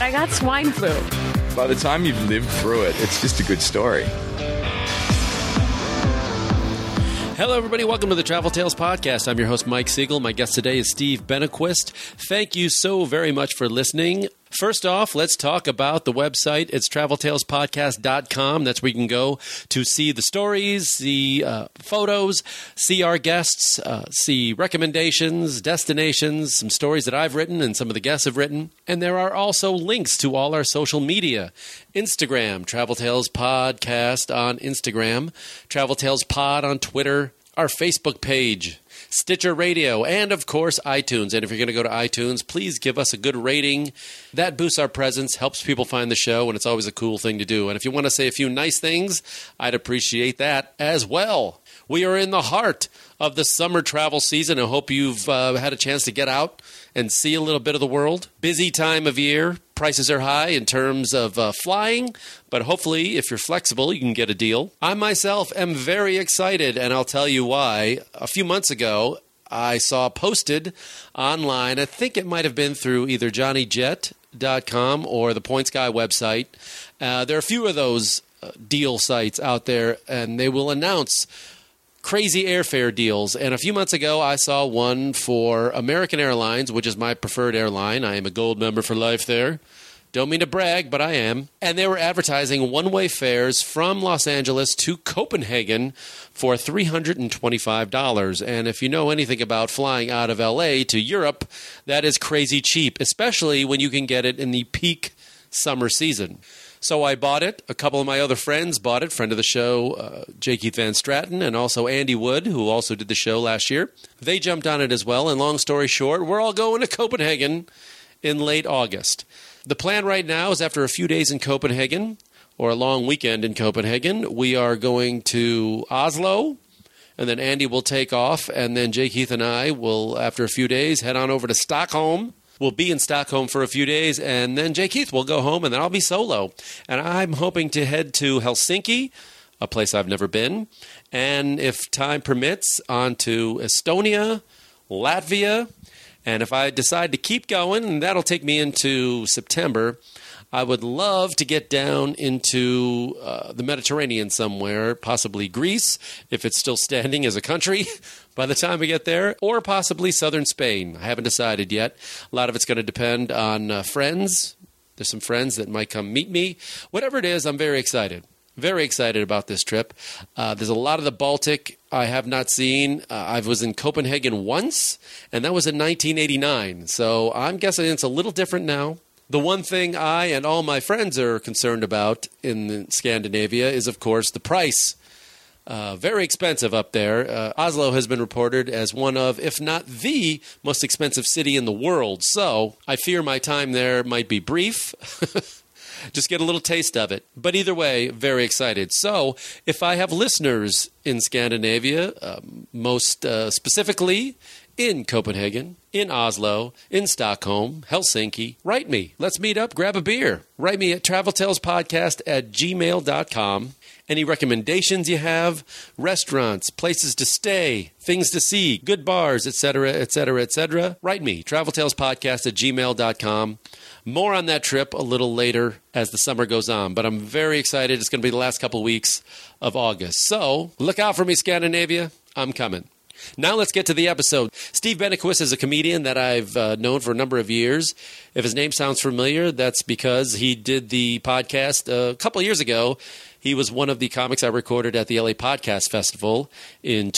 I got swine flu. By the time you've lived through it, it's just a good story. Hello, everybody. Welcome to the Travel Tales podcast. I'm your host, Mike Siegel. My guest today is Steve Benequist. Thank you so very much for listening. First off, let's talk about the website. It's traveltalespodcast.com. That's where you can go to see the stories, see uh, photos, see our guests, uh, see recommendations, destinations, some stories that I've written and some of the guests have written. And there are also links to all our social media Instagram, Travel Tales Podcast on Instagram, Travel Tales Pod on Twitter, our Facebook page. Stitcher Radio, and of course, iTunes. And if you're going to go to iTunes, please give us a good rating. That boosts our presence, helps people find the show, and it's always a cool thing to do. And if you want to say a few nice things, I'd appreciate that as well. We are in the heart of the summer travel season. I hope you've uh, had a chance to get out and see a little bit of the world. Busy time of year. Prices are high in terms of uh, flying, but hopefully, if you're flexible, you can get a deal. I myself am very excited, and I'll tell you why. A few months ago, I saw posted online, I think it might have been through either johnnyjet.com or the Points Guy website. Uh, there are a few of those uh, deal sites out there, and they will announce crazy airfare deals. And a few months ago, I saw one for American Airlines, which is my preferred airline. I am a gold member for life there. Don't mean to brag, but I am. And they were advertising one way fares from Los Angeles to Copenhagen for $325. And if you know anything about flying out of LA to Europe, that is crazy cheap, especially when you can get it in the peak summer season. So I bought it. A couple of my other friends bought it. Friend of the show, uh, J. Keith Van Stratton, and also Andy Wood, who also did the show last year. They jumped on it as well. And long story short, we're all going to Copenhagen in late August. The plan right now is after a few days in Copenhagen or a long weekend in Copenhagen, we are going to Oslo, and then Andy will take off, and then Jake Heath and I will, after a few days, head on over to Stockholm. We'll be in Stockholm for a few days, and then Jake Heath will go home, and then I'll be solo. And I'm hoping to head to Helsinki, a place I've never been, and if time permits, on to Estonia, Latvia, and if I decide to keep going, and that'll take me into September. I would love to get down into uh, the Mediterranean somewhere, possibly Greece, if it's still standing as a country by the time we get there, or possibly southern Spain. I haven't decided yet. A lot of it's going to depend on uh, friends. There's some friends that might come meet me. Whatever it is, I'm very excited. Very excited about this trip. Uh, there's a lot of the Baltic I have not seen. Uh, I was in Copenhagen once, and that was in 1989. So I'm guessing it's a little different now. The one thing I and all my friends are concerned about in Scandinavia is, of course, the price. Uh, very expensive up there. Uh, Oslo has been reported as one of, if not the most expensive city in the world. So I fear my time there might be brief. Just get a little taste of it. But either way, very excited. So if I have listeners in Scandinavia, um, most uh, specifically in Copenhagen, in Oslo, in Stockholm, Helsinki, write me. Let's meet up, grab a beer. Write me at traveltalespodcast at gmail.com. Any recommendations you have, restaurants, places to stay, things to see, good bars, etc., etc., etc., write me, traveltalespodcast at gmail.com. More on that trip a little later as the summer goes on, but I'm very excited. It's going to be the last couple weeks of August. So look out for me, Scandinavia. I'm coming. Now let's get to the episode. Steve Benequist is a comedian that I've uh, known for a number of years. If his name sounds familiar, that's because he did the podcast uh, a couple years ago. He was one of the comics I recorded at the LA Podcast Festival in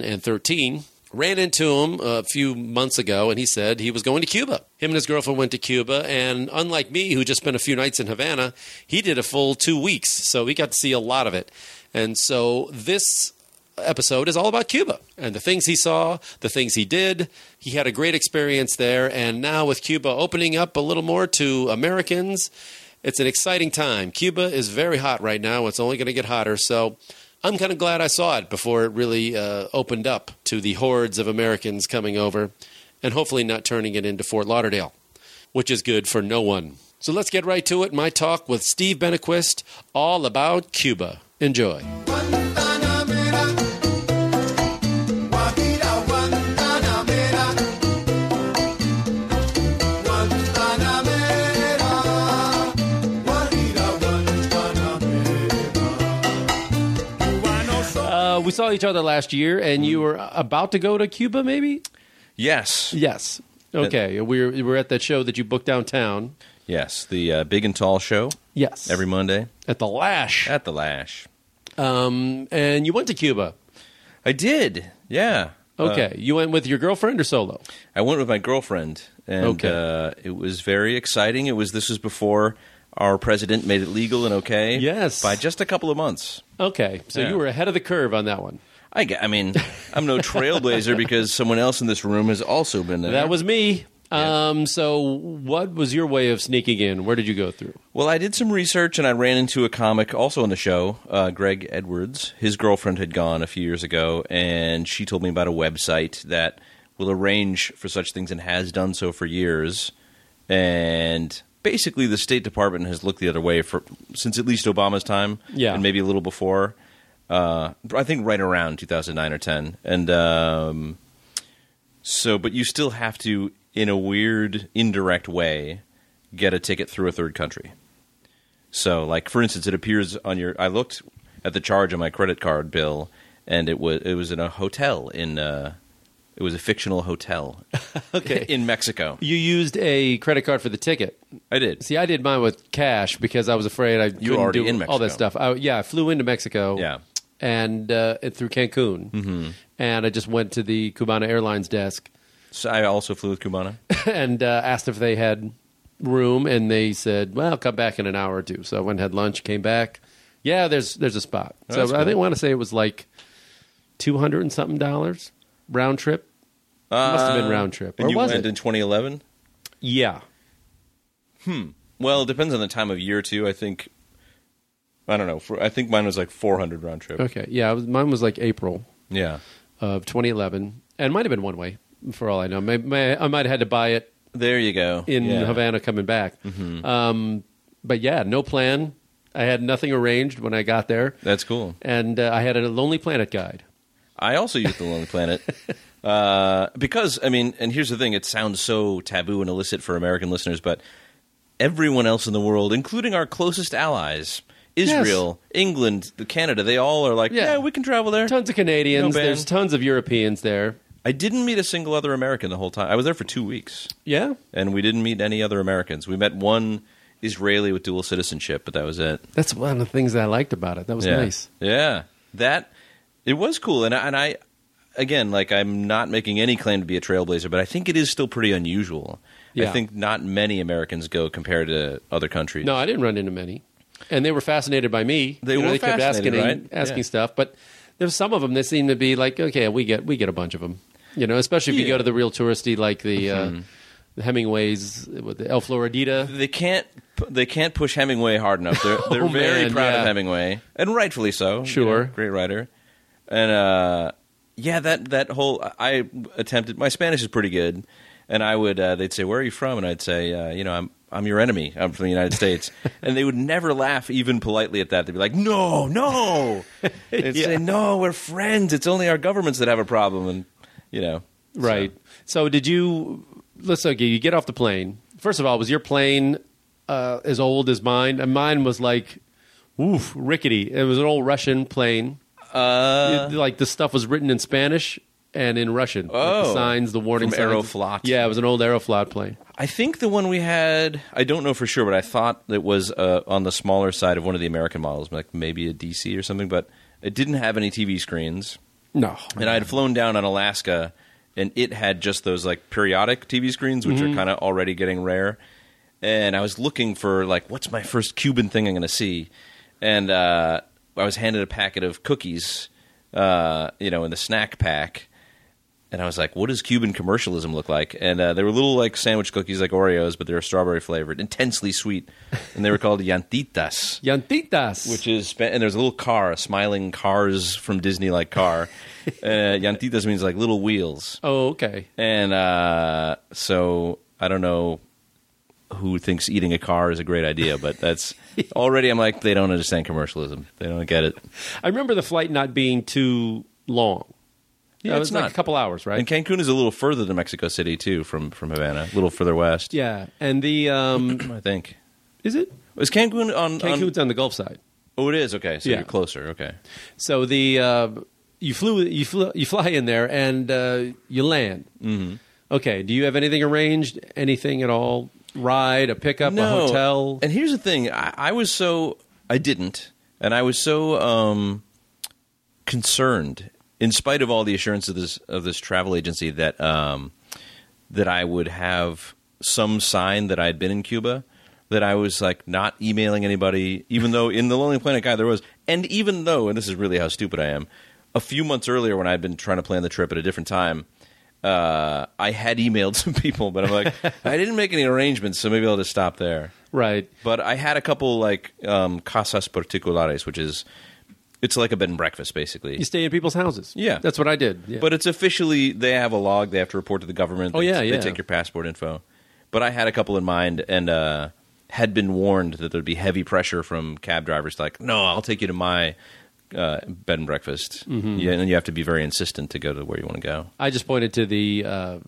2013. Ran into him a few months ago, and he said he was going to Cuba. Him and his girlfriend went to Cuba, and unlike me, who just spent a few nights in Havana, he did a full two weeks, so he got to see a lot of it. And so this episode is all about Cuba and the things he saw, the things he did. He had a great experience there. And now, with Cuba opening up a little more to Americans It's an exciting time. Cuba is very hot right now. It's only going to get hotter. So I'm kind of glad I saw it before it really uh, opened up to the hordes of Americans coming over and hopefully not turning it into Fort Lauderdale, which is good for no one. So let's get right to it. My talk with Steve Benequist, all about Cuba. Enjoy. Uh, we saw each other last year, and you were about to go to Cuba, maybe? Yes. Yes. Okay. We're, we're at that show that you booked downtown. Yes. The uh, Big and Tall show Yes. every Monday At the Lash. at the Lash. Um, and you went to Cuba. I did. Yeah. Uh, Okay. you went with your girlfriend or solo? I went with my girlfriend, and Okay. uh, it was very exciting. It was this was before our president made it legal and okay. Yes. By just a couple of months. Okay. So Yeah. you were ahead of the curve on that one. I, ge- I mean, I'm no trailblazer because someone else in this room has also been there. That was me. Um, so what was your way of sneaking in? Where did you go through? Well, I did some research and I ran into a comic also on the show, uh, Greg Edwards. His girlfriend had gone a few years ago, and she told me about a website that will arrange for such things and has done so for years. And basically, the State Department has looked the other way for since at least Obama's time, Yeah. and maybe a little before. Uh, I think right around 2009 or 10, and um, so, but you still have to, in a weird, indirect way, get a ticket through a third country. So, like for instance, it appears on your. I looked at the charge on my credit card bill, and it was it was in a hotel in. Uh, it was a fictional hotel, Okay. in Mexico. You used a credit card for the ticket. I did. See, I did mine with cash because I was afraid I You couldn't were already do in all Mexico. that stuff. I, yeah, I flew into Mexico. Yeah. Mm-hmm. and uh, and through Cancun, and I just went to the Cubana Airlines desk So I also flew with Cubana. and uh, asked if they had room, and they said, "Well, come back in an hour or two. So I went and had lunch, came back. Yeah, there's there's a spot. Oh, so that's I cool. think want to say it was like two hundred and something dollars round trip. It must have been round trip, Uh, and or you was went it? in 2011. yeah, Well, it depends on the time of year too. I think. I don't know. For, I think mine was like 400 round trip. okay, yeah. It was, mine was like April. Yeah. of 2011, and might have been one way for all I know. May, may, I might have had to buy it There you go. in Yeah. Mm-hmm. Havana coming back. Um, but yeah, no plan. I had nothing arranged when I got there, That's cool. and uh, I had a Lonely Planet guide. I also use the Lonely Planet uh, because I mean, and here's the thing: it sounds so taboo and illicit for American listeners, but everyone else in the world, including our closest allies, Israel, England, the Canada, they all are like, Yeah. yeah, we can travel there. Tons of Canadians. No ban. There's tons of Europeans there. I didn't meet a single other American the whole time. I was there for two weeks, Yeah, and we didn't meet any other Americans. We met one Israeli with dual citizenship, but that was it. that's one of the things that I liked about it. That was yeah. nice. Yeah, that it was cool, and I, and I again, like I'm not making any claim to be a trailblazer, but I think it is still pretty unusual. Yeah. I think not many Americans go compared to other countries. No, I didn't run into many, and they were fascinated by me. They you know, were they kept asking fascinated, right? asking Yeah. stuff, but there's some of them that seem to be like, okay, we get we get a bunch of them, you know, especially if you Yeah. Mm-hmm. go to the real touristy like the uh, the Hemingways with the El Floridita. They can't. They can't push Hemingway hard enough. They're, they're Oh, very man, proud yeah. of Hemingway, and rightfully so. you know, Sure. great writer, and uh, yeah, that that whole I attempted. My Spanish is pretty good, and I would. Uh, they'd say, "Where are you from?" And I'd say, uh, "You know, I'm I'm your enemy. I'm from the United States." and they would never laugh even politely at that. They'd be like, "No, no," they'd say, "No, we're friends. It's only our governments that have a problem." And you know, Right. So, did you? Let's okay. You get off the plane. First of all, was your plane uh, as old as mine? And mine was like, oof, rickety. It was an old Russian plane. Uh, like the stuff was written in Spanish and in Russian. like the Oh. signs, the warning From signs. Aeroflot. Yeah, it was an old Aeroflot plane. I think the one we had, I don't know for sure, but I thought it was uh, on the smaller side of one of the American models, like maybe a DC or something, but it didn't have any TV screens. No, And I had flown down on Alaska, and it had just those like periodic TV screens, which are kind of already getting rare. And I was looking for like, what's my first Cuban thing I'm going to see? And uh, I was handed a packet of cookies, uh, you know, in the snack pack. and I was like, "What does Cuban commercialism look like?" And uh, they were little like sandwich cookies, like Oreos, but they were strawberry flavored, intensely sweet, and they were called llantitas. Yantitas. Which is Spa- and there's a little car, a smiling cars from Disney like car. uh, llantitas means like little wheels, oh, okay. and uh, so I don't know who thinks eating a car is a great idea, but that's already I'm like they don't understand commercialism. They don't get it. I remember the flight not being too long. Yeah, it it's was like not. a couple hours, right? And Cancun is a little further than Mexico City too, from from Havana, a little further west. yeah, and the um, I think. is it Is Um, Cancun on? Cancun's on on the Gulf side. oh, it is. Okay, so Yeah. you're closer. Okay, So the uh, you flew you flew, you fly in there and uh, you land. Mm-hmm. Okay. Do you have anything arranged? Anything at all? Ride a pickup, a hotel. And here's the thing: I, I was so I didn't, and I was so um, concerned, in spite of all the assurances of this of this travel agency that um, that I would have some sign that I had been in Cuba. That I was like not emailing anybody, even though in the Lonely Planet guy there was, and even though, and this is really how stupid I am, a few months earlier when I'd been trying to plan the trip at a different time, uh, I had emailed some people, but I'm like, I didn't make any arrangements, so maybe I'll just stop there. right. But I had a couple like um, casas particulares, which is it's like a bed and breakfast basically. You stay in people's houses. Yeah. That's what I did. Yeah. But it's officially they have a log they have to report to the government. Oh, They- yeah, they yeah. take your passport info. But I had a couple in mind and uh, had been warned that there'd be heavy pressure from cab drivers. Like, no, I'll take you to my uh, bed and breakfast. Mm-hmm. Yeah, and you have to be very insistent to go to where you want to go. I just pointed to the uh,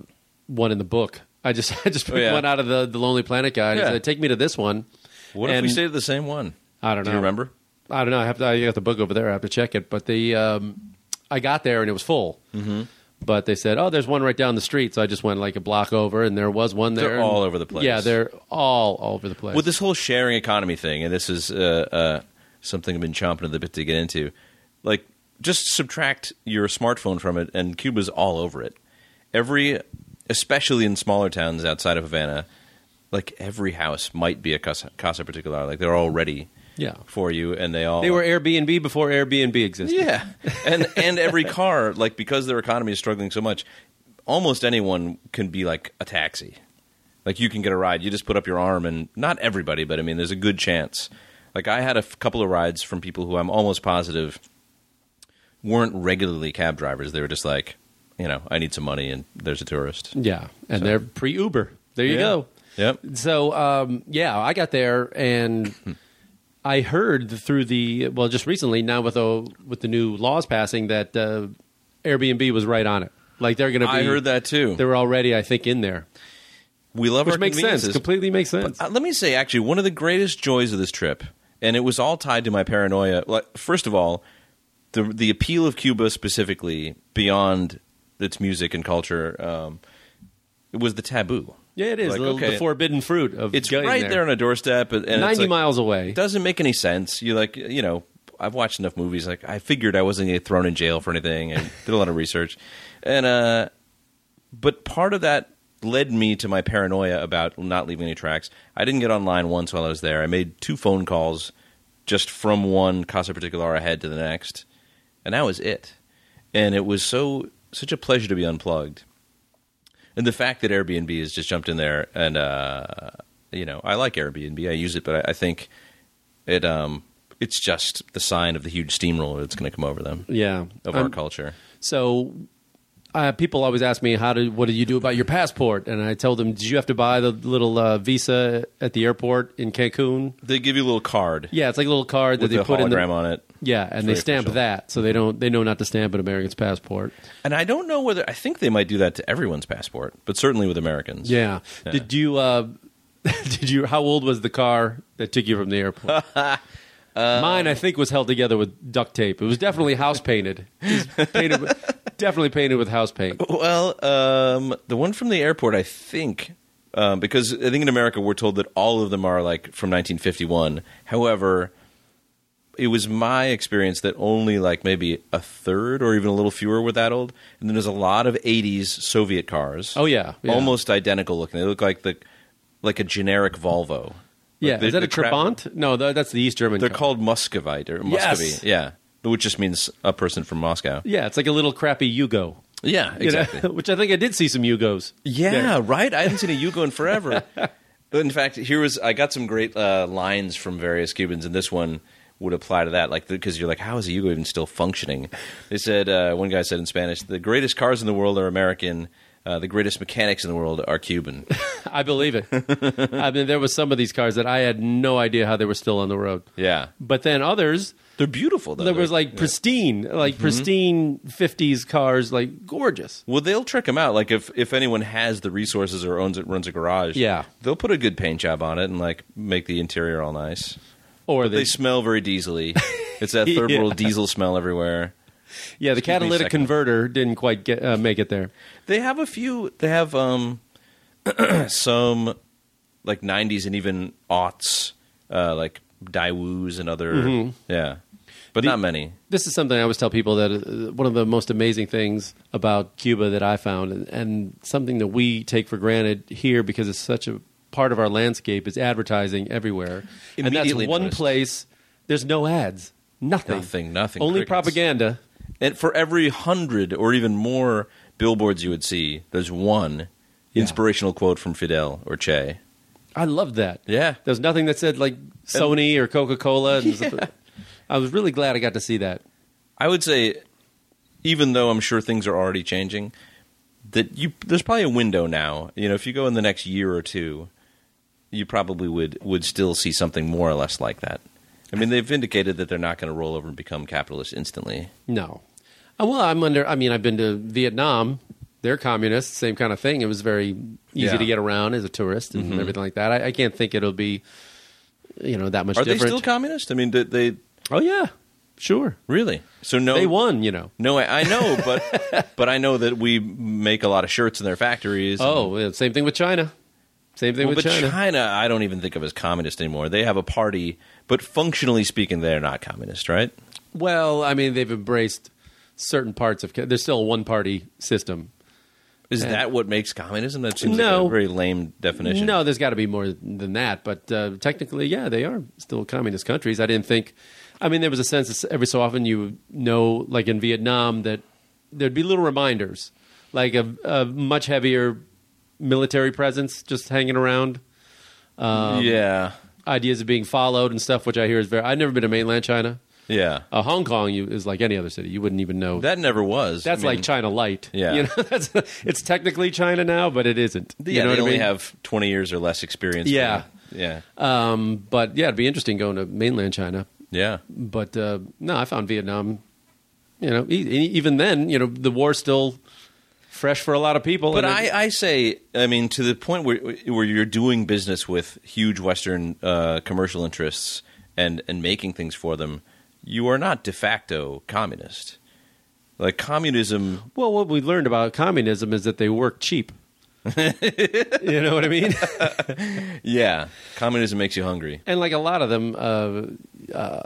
one in the book. I just I just picked Oh, yeah. one out of the, the Lonely Planet guy. And I Yeah. said, Take me to this one. What if And- we stayed at the same one? I don't Do know. you remember? I don't know. I have to, I got the book over there. I have to check it. But the um, I got there and it was full. Mm-hmm. But they said, "Oh, there's one right down the street." So I just went like a block over, and there was one there. They're and- all over the place. Yeah, they're all over the place. With this whole sharing economy thing, and this is uh, uh, something I've been chomping at the bit to get into. Like, just subtract your smartphone from it, and Cuba's all over it. Every, especially in smaller towns outside of Havana, like every house might be a casa, casa particular. Like they're all ready Yeah. for you, and they all they were Airbnb before Airbnb existed. yeah, and and every car, like because their economy is struggling so much, almost anyone can be like a taxi. Like you can get a ride. You just put up your arm, and not everybody, but I mean, there's a good chance. Like I had a f- couple of rides from people who I'm almost positive weren't regularly cab drivers. They were just like, you know, I need some money, and there's a tourist. yeah, and they're pre Uber. There you Yeah. go. Yep. So um, yeah, I got there and I heard through the well, just recently now with the with the new laws passing that uh, Airbnb was right on it. Like they're going to be. I heard that too. They were already, I think, in there, We love which our makes sense. conveniences. Completely makes sense. Uh, let me say, actually, one of the greatest joys of this trip, and it was all tied to my paranoia. Like, first of all, the the appeal of Cuba specifically, beyond its music and culture, um, it was the taboo. yeah, it is Like, the, okay, the forbidden fruit of It's going right there. on a doorstep, and, and it's ninety like- miles away. It doesn't make any sense. You like, you know, I've watched enough movies. Like, I figured I wasn't going to get thrown in jail for anything, and did a lot of research. And uh, but part of that led me to my paranoia about not leaving any tracks. I didn't get on line once while I was there. I made two phone calls, just from one casa particular ahead to the next, and that was it. And it was so such a pleasure to be unplugged. And the fact that Airbnb has just jumped in there, and uh, you know, I like Airbnb. I use it, but I, I think it um, it's just the sign of the huge steamroller that's going to come over them yeah, of our Um, culture. So. Uh, people always ask me how do what do you do about your passport, and I tell them, did you have to buy the little uh, visa at the airport in Cancun? They give you a little card Yeah, it's like a little card with that they a put in the hologram on it. Yeah, and they very stamp official. that, so they don't they know not to stamp an American's passport. And I don't know whether I think they might do that to everyone's passport, but certainly with Americans. Yeah. Did you? Uh, did you? How old was the car that took you from the airport? Mine, I think, was held together with duct tape. It was definitely house painted. It was painted with- definitely painted with house paint. Oh, Well, um, the one from the airport, I think, um, because I think in America we're told that all of them are like from 1951. However, it was my experience that only like maybe a third or even a little fewer were that old. And then there's a lot of 80s Soviet cars. Oh, yeah, yeah. almost identical looking. They look like the like a generic Volvo. Like Yeah, the- is that the a crap- Trabant? no, tha- that's the East German. They're car. called Muscovite or Muscovy. Yes. Yeah, which just means a person from Moscow. Yeah, it's like a little crappy Yugo. Yeah, you know, exactly. which I think I did see some Yugos. Yeah, right. I haven't seen a Yugo in forever. in fact, here was I got some great uh, lines from various Cubans, and this one would apply to that, like because you're like, how is a Yugo even still functioning? They said uh, one guy said in Spanish, the greatest cars in the world are American. Uh, the greatest mechanics in the world are Cuban. I believe it. I mean, there was some of these cars that I had no idea how they were still on the road. Yeah, But then others, they're beautiful. Though. there was They're- like pristine, Mm-hmm. like pristine '50s cars, like gorgeous. Well, they'll trick them out. Like if if anyone has the resources or owns it, runs a garage. Yeah. they'll put a good paint job on it and like make the interior all nice. Or They, the, smell very diesely. it's that third Yeah. world diesel smell everywhere. yeah, the Excuse me a catalytic second. converter didn't quite get uh, make it there. They have a few. They have um some like '90s and even aughts uh, like Daewoo's and other yeah, but not many. This is something I always tell people that uh, one of the most amazing things about Cuba that I found, and, and something that we take for granted here because it's such a part of our landscape, is advertising everywhere. And that's Immediately one noticed. place. There's no ads. Nothing. Nothing, nothing. Only Crickets. propaganda. And for every hundred or even more billboards you would see, there's one inspirational quote from Fidel or Che. I loved that. Yeah. There was nothing that said like Sony or Coca Cola. I was really glad I got to see that. I would say, even though I'm sure things are already changing, that you there's probably a window now. You know, if you go in the next year or two, you probably would would still see something more or less like that. I mean, they've indicated that they're not going to roll over and become capitalist instantly. No. Uh, Well, I'm under, I mean, I've been to Vietnam. They're communists, same kind of thing. It was very easy Yeah. Mm-hmm. to get around as a tourist and everything like that. I, I can't think it'll be, you know, that much Are different. they still communist? I mean, did they oh, yeah. Sure. really? So no, They won, you know. No, I, I know, but but I know that we make a lot of shirts in their factories. and- Oh, yeah, same thing with China. Same thing Well, with but China. China. I don't even think of as communist anymore. They have a party, but functionally speaking, they're not communist, right? Well, I mean, they've embraced certain parts of, there's still a one party system. Is Yeah. that what makes communism? That seems like No. a very lame definition. No, there's got to be more than that. But uh, technically, yeah, they are still communist countries. I didn't think. I mean, there was a sense that every so often you know, like in Vietnam, that there'd be little reminders, like a, a much heavier military presence just hanging around, Um, yeah, ideas of being followed and stuff, which I hear is very. I've never been to mainland China. yeah. Uh, Hong Kong you, is like any other city. You wouldn't even know. that never was. that's I mean, like China light. Yeah. you know, that's, it's technically China now, but it isn't. Yeah, you know they what only I mean? have twenty years or less experience. Yeah. doing it. yeah, um, but yeah, it'd be interesting going to mainland China. yeah. but uh, no, I found Vietnam. You know, e- e- even then, you know, the war's still fresh for a lot of people. But and I, it- I say, I mean, to the point where where you're doing business with huge Western uh, commercial interests and and making things for them, you are not de facto communist. Like communism, well, what we learned about communism is that they work cheap. you know what I mean? yeah, communism makes you hungry. and like a lot of them, uh, uh,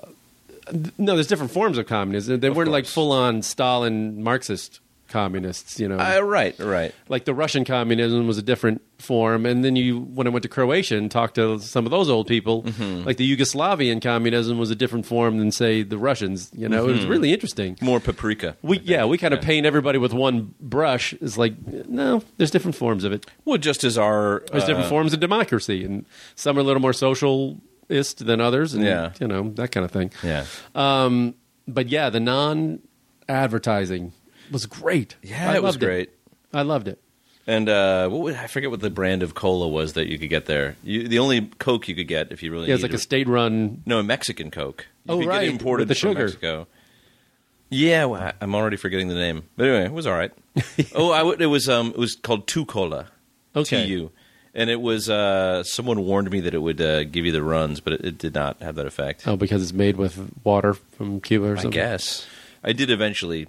th- no, there's different forms of communism. They weren't like course. full on Stalin Marxist communists. You know, Uh, right, right. like the Russian communism was a different form. And then you, when I went to Croatia and talked to some of those old people, Mm-hmm. like the Yugoslavian communism was a different form than say the Russians. You know, it was really interesting. More paprika. We Mm-hmm. I think. yeah, we kind of Yeah. paint everybody with one brush. It's like no, there's different forms of it. Well, just as our There's different uh, forms of democracy, and some are a little more socialist than others, and Yeah. you know that kind of thing. Yeah. Um, but yeah, the non-advertising was great. Yeah, I it was loved great. I loved it. And uh, what would, I forget what the brand of cola was that you could get there. You, the only Coke you could get if you really Yeah, it was like needed a state-run No, a Mexican Coke. You Oh, could right, Get imported with the from sugar. Mexico. Yeah, well, I- I'm already forgetting the name. But anyway, it was all right. oh, I would it was um, it was called Two Cola. Okay. T-U. And it was uh, someone warned me that it would uh, give you the runs, but it, it did not have that effect. Oh, because it's made with water from Cuba or I something. guess I did eventually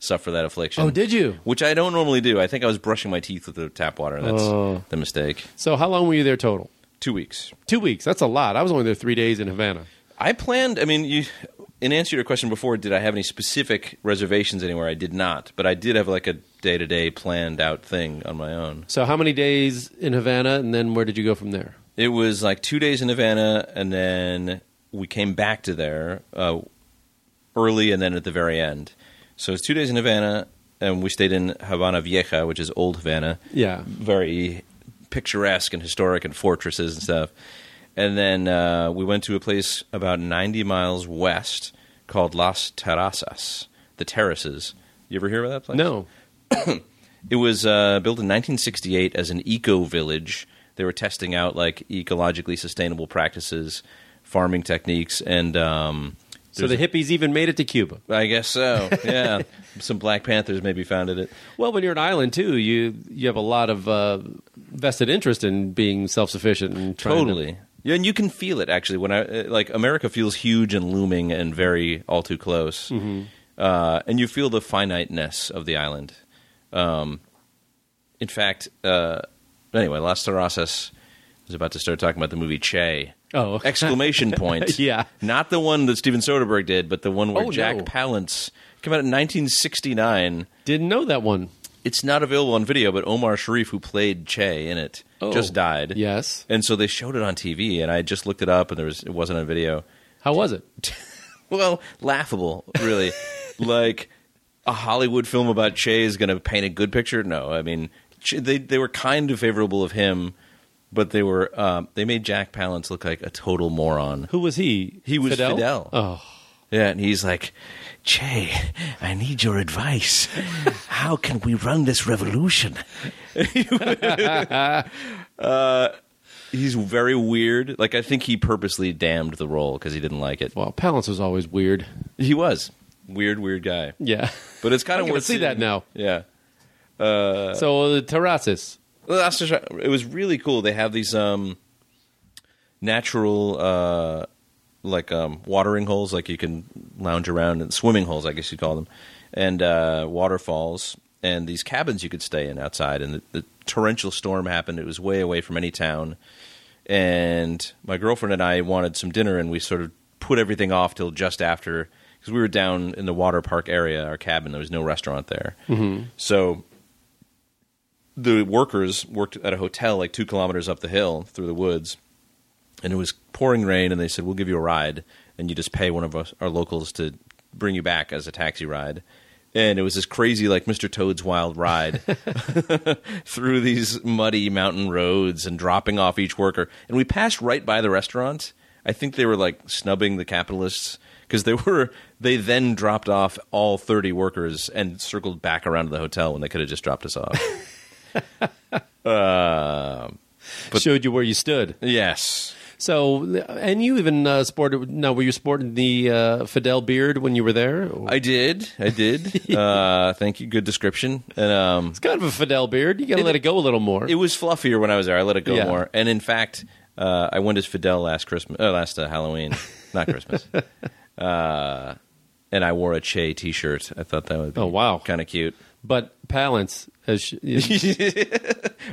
suffer that affliction. Oh, did you? Which I don't normally do. I think I was brushing my teeth with the tap water. and That's Oh. the mistake. So, how long were you there total? Two weeks. Two weeks. That's a lot. I was only there three days in Havana. I planned. I mean, you, in answer to your question before, did I have any specific reservations anywhere? I did not, but I did have like a day to day planned out thing on my own. So, how many days in Havana, and then where did you go from there? It was like two days in Havana, and then we came back to there uh, early, and then at the very end. So it's two days in Havana, and we stayed in Havana Vieja, which is old Havana. Yeah. very picturesque and historic and fortresses and stuff. And then uh, we went to a place about 90 miles west called Las Terrazas, the terraces. You ever hear about that place? No. It was uh, built in 1968 as an eco village. They were testing out like ecologically sustainable practices, farming techniques, and um, So the hippies even made it to Cuba. I guess so. Yeah, some Black Panthers maybe founded it. Well, when you're an island too, you you have a lot of uh, vested interest in being self sufficient and trying to- Totally. Yeah, and you can feel it actually when I uh, like America feels huge and looming and very all too close, Mm-hmm. uh, and you feel the finiteness of the island. Um, in fact, uh, anyway, Las Terrazas was about to start talking about the movie Che. Oh. exclamation point! Yeah. not the one that Steven Soderbergh did, but the one where Oh, Jack no. Palance came out in 1969 didn't know that one. it's not available on video, but Omar Sharif, who played Che in it, Oh. just died. Yes. and so they showed it on TV, and I just looked it up, and there was it wasn't on video. How was it? Well, laughable, really. like a Hollywood film about Che is going to paint a good picture? No, I mean Che, they they were kind of favorable of him, but they were um, they made Jack Palance look like a total moron. Who was he? He was Fidel. Fidel. Oh, Yeah, and he's like, Che, I need your advice. How can we run this revolution? Uh, he's very weird. Like, I think he purposely damned the role because he didn't like it. well, Palance was always weird. He was. Weird, weird guy. Yeah. But it's kind I of can worth see that seeing. now. Yeah. so the terraces. Well, that's just- it was really cool. They have these um, natural uh, like um, watering holes, like you can lounge around and swimming holes, I guess you call them, and uh, waterfalls, and these cabins you could stay in outside. And the, the torrential storm happened. It was way away from any town, and my girlfriend and I wanted some dinner, and we sort of put everything off till just after because we were down in the water park area, our cabin. There was no restaurant there, mm-hmm. so the workers worked at a hotel like two kilometers up the hill through the woods, and it was pouring rain. And they said, "We'll give you a ride, and you just pay one of us, our locals to bring you back as a taxi ride." And it was this crazy, like Mr. Toad's wild ride through these muddy mountain roads and dropping off each worker. And we passed right by the restaurant. I think they were like snubbing the capitalists because they were. They then dropped off all thirty workers and circled back around to the hotel when they could have just dropped us off. Showed you where you stood. Yes. So, and you even uh, sported. Now, were you sporting the uh, Fidel beard when you were there? I did. I did. uh, thank you. Good description. And um, it's kind of a Fidel beard. You got to let it go a little more. it was fluffier when I was there. I let it go Yeah. more. And in fact, uh, I went as Fidel last Christmas, uh, last uh, Halloween, not Christmas. uh, and I wore a Che T-shirt. I thought that would be Oh, wow. kind of cute. but Palance, as sh-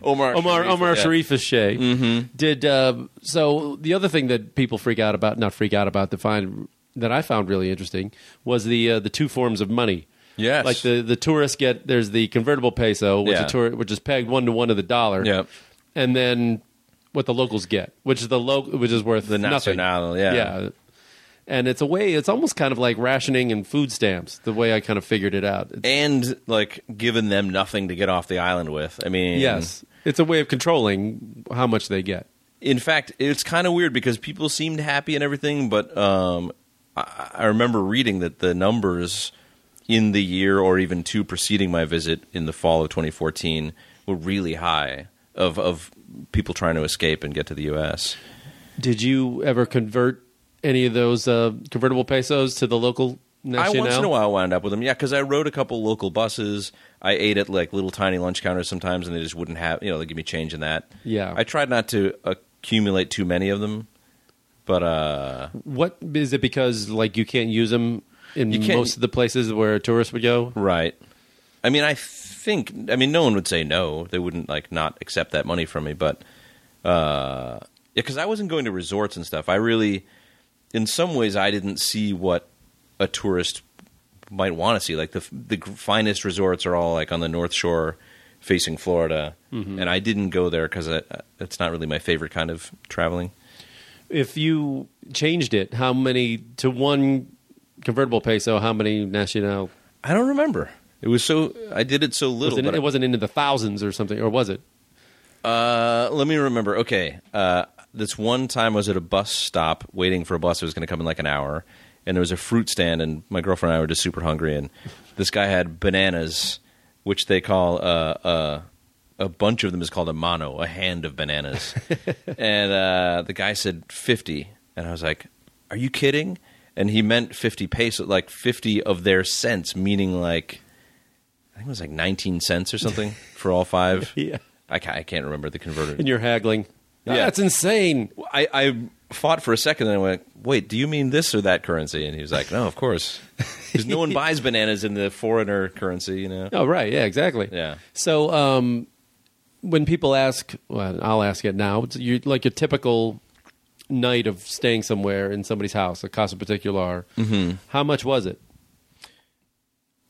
Omar Omar Sharif, Omar yeah. Mm-hmm. Sharif is Shay. Did uh, so the other thing that people freak out about, not freak out about, that find that I found really interesting was the uh, the two forms of money. Yes. like the the tourists get there's the convertible peso, which Yeah. a tour, which is pegged one to one to the dollar. Yep. and then what the locals get, which is the lo- which is worth The nothing. nacional, yeah. yeah. And it's a way. It's almost kind of like rationing and food stamps. The way I kind of figured it out. It's- And like giving them nothing to get off the island with. I mean, yes, it's a way of controlling how much they get. in fact, it's kind of weird because people seemed happy and everything, but um, I, I remember reading that the numbers in the year or even two preceding my visit in the fall of 2014 were really high of of people trying to escape and get to the U.S. Did you ever convert any of those uh, convertible pesos to the local I national? once in a while wound up with them, yeah, because I rode a couple local buses. I ate at like little tiny lunch counters sometimes, and they just wouldn't have you know they give me change in that. Yeah. I tried not to accumulate too many of them, but uh, What is it because like you can't use them in You can't- most of the places where tourists would go? Right. I mean, I think. I mean, no one would say no. They wouldn't like not accept that money from me. But uh, because I wasn't going to resorts and stuff, I really, in some ways, I didn't see what a tourist might want to see. Like the the finest resorts are all like on the North Shore, facing Florida, Mm-hmm. and I didn't go there because it's not really my favorite kind of traveling. If you changed it, how many to one convertible peso? How many national? I don't remember. It was so I did it so little. Wasn't it, but it wasn't into the thousands or something, or was it? Uh, let me remember. Okay, uh, this one time I was at a bus stop waiting for a bus that was going to come in like an hour, and there was a fruit stand, and my girlfriend and I were just super hungry, and this guy had bananas, which they call uh, uh, a bunch of them is called a mano, a hand of bananas, and uh, the guy said fifty, and I was like, "Are you kidding?" And he meant fifty pesos, like fifty of their cents, meaning like. I think it was like 19 cents or something for all five. Yeah. I can't, I can't remember the converter. And you're haggling. Ah, Yeah. That's insane. I, I fought for a second and I went, wait, do you mean this or that currency? And he was like, no, of course. Because no one buys bananas in the foreigner currency, you know? Oh, right. Yeah, exactly. Yeah. So um, when people ask, well, I'll ask it now. It's you, like your typical night of staying somewhere in somebody's house, a casa particular. Mm-hmm. How much was it?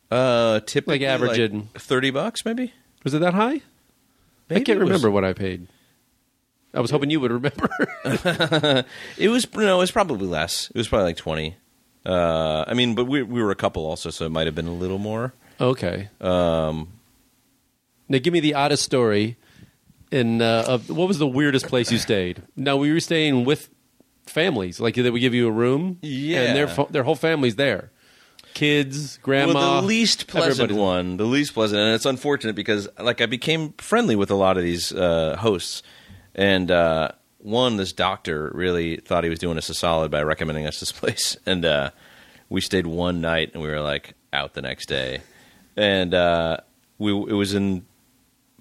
Uh, typically, Like average in- 30 bucks, maybe? Was it that high? I Maybe can't it was- remember what I paid. I was hoping you would remember. It was, no, it was probably less. It was probably like 20. Uh, I mean, but we, we were a couple also, so it might have been a little more. okay. Um, now give me the oddest story. In uh, of, what was the weirdest place you stayed? Now we were staying with families. Like they would give you a room, Yeah. and their fo- their whole family's there, kids, grandma. Well, the least pleasant everybody's- one, the least pleasant, and it's unfortunate because like I became friendly with a lot of these uh, hosts, and uh, one this doctor really thought he was doing us a solid by recommending us this place, and uh, we stayed one night and we were like out the next day, and uh, we it was in